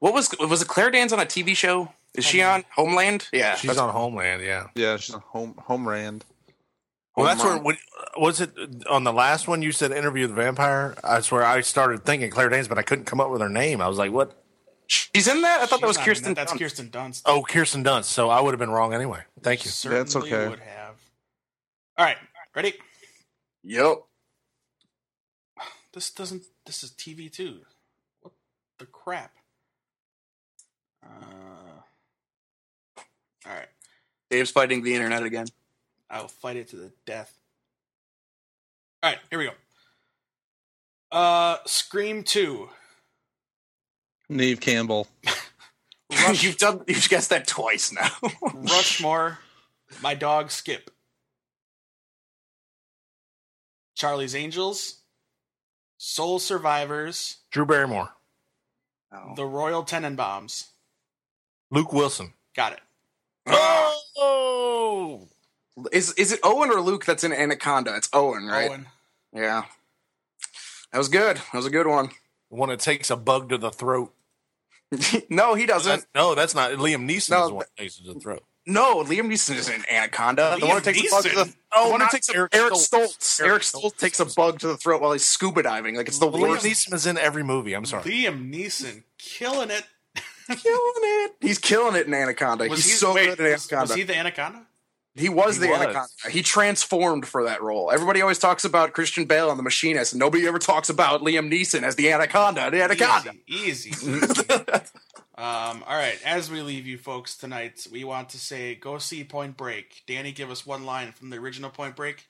What was was it? Claire Danes on a TV show? Is she on
Homeland.
Homeland? Yeah.
She's on Homeland. Yeah.
Yeah, she's on home home rand.
Well, that's where
Homeland.
when, was it on the last one you said interview with the vampire? I swear I started thinking Claire Danes, but I couldn't come up with her name. I was like, what?
She's in that. I thought that was
She's not in
Kirsten.
That's
Dunst.
Kirsten Dunst.
Oh, Kirsten Dunst. So I would have been wrong anyway. Thank you.
Certainly
That's okay.
Would have. All right, ready?
Yep.
This doesn't. This is TV too. What the crap? Uh, all right,
Dave's fighting the internet again.
I'll fight it to the death. All right, here we go. Uh, Scream Two.
Neve Campbell.
you've done. You've guessed that twice now.
Rushmore, my dog Skip, Charlie's Angels, Soul Survivors,
Drew Barrymore,
The Royal Tenenbaums.
Luke Wilson.
Got it.
Oh,
Is is it Owen or Luke that's in Anaconda? It's Owen, right?
Owen.
Yeah. That was good. That was a good one.
the one that takes a bug to the throat.
no, he doesn't.
That's, no, that's not Liam Neeson's
No,
one that takes it to the throat.
No, Liam Neeson is in Anaconda. the
Liam
one who takes a bug to
Neeson?
the
Oh,
the one who
not
takes a,
Eric
Eric,
Stoltz.
Stoltz.
Eric
Eric Stoltz,
Stoltz.
takes a bug to the throat while he's scuba diving. Like it's the
Liam
worst.
Neeson is in every movie. I'm sorry.
Liam Neeson killing it.
killing it. He's killing it in Anaconda.
Was
he's
he-
so
wait,
good in Anaconda.
Was he the Anaconda?
He was
He
the
was.
Anaconda. He transformed for that role. Everybody always talks about Christian Bale on The Machinist, and nobody ever talks about Liam Neeson as the Anaconda. The Anaconda.
Easy. easy, easy. um, all right. As we leave you folks tonight, we want to say go see Point Break. Danny, give us one line from the original Point Break.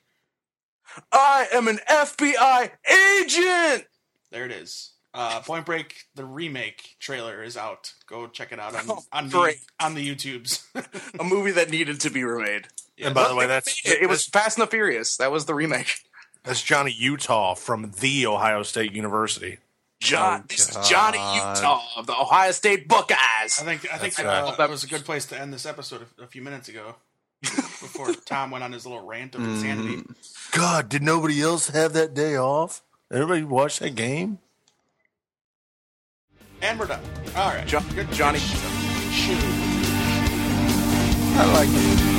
I am an FBI agent.
There it is. Uh, Point Break, the remake trailer is out. Go check it out on,
Oh,
on, the,
great.
on the YouTubes.
A movie that needed to be remade.
And by the way, that's Oh,
It, it was Fast and the Furious. That was the remake.
that's Johnny Utah from the Ohio State University.
John, this is Johnny
God.
Utah of the Ohio State
I
Buckeyes.
think I think
That's
uh,
right.
that was a good place to end this episode a, a few minutes ago, before Tom went on his little rant of
Mm.
insanity.
God, did nobody else have that day off? Everybody watched that game.
And we're done. All right,
Jo- Johnny.
Shoot.
I like it.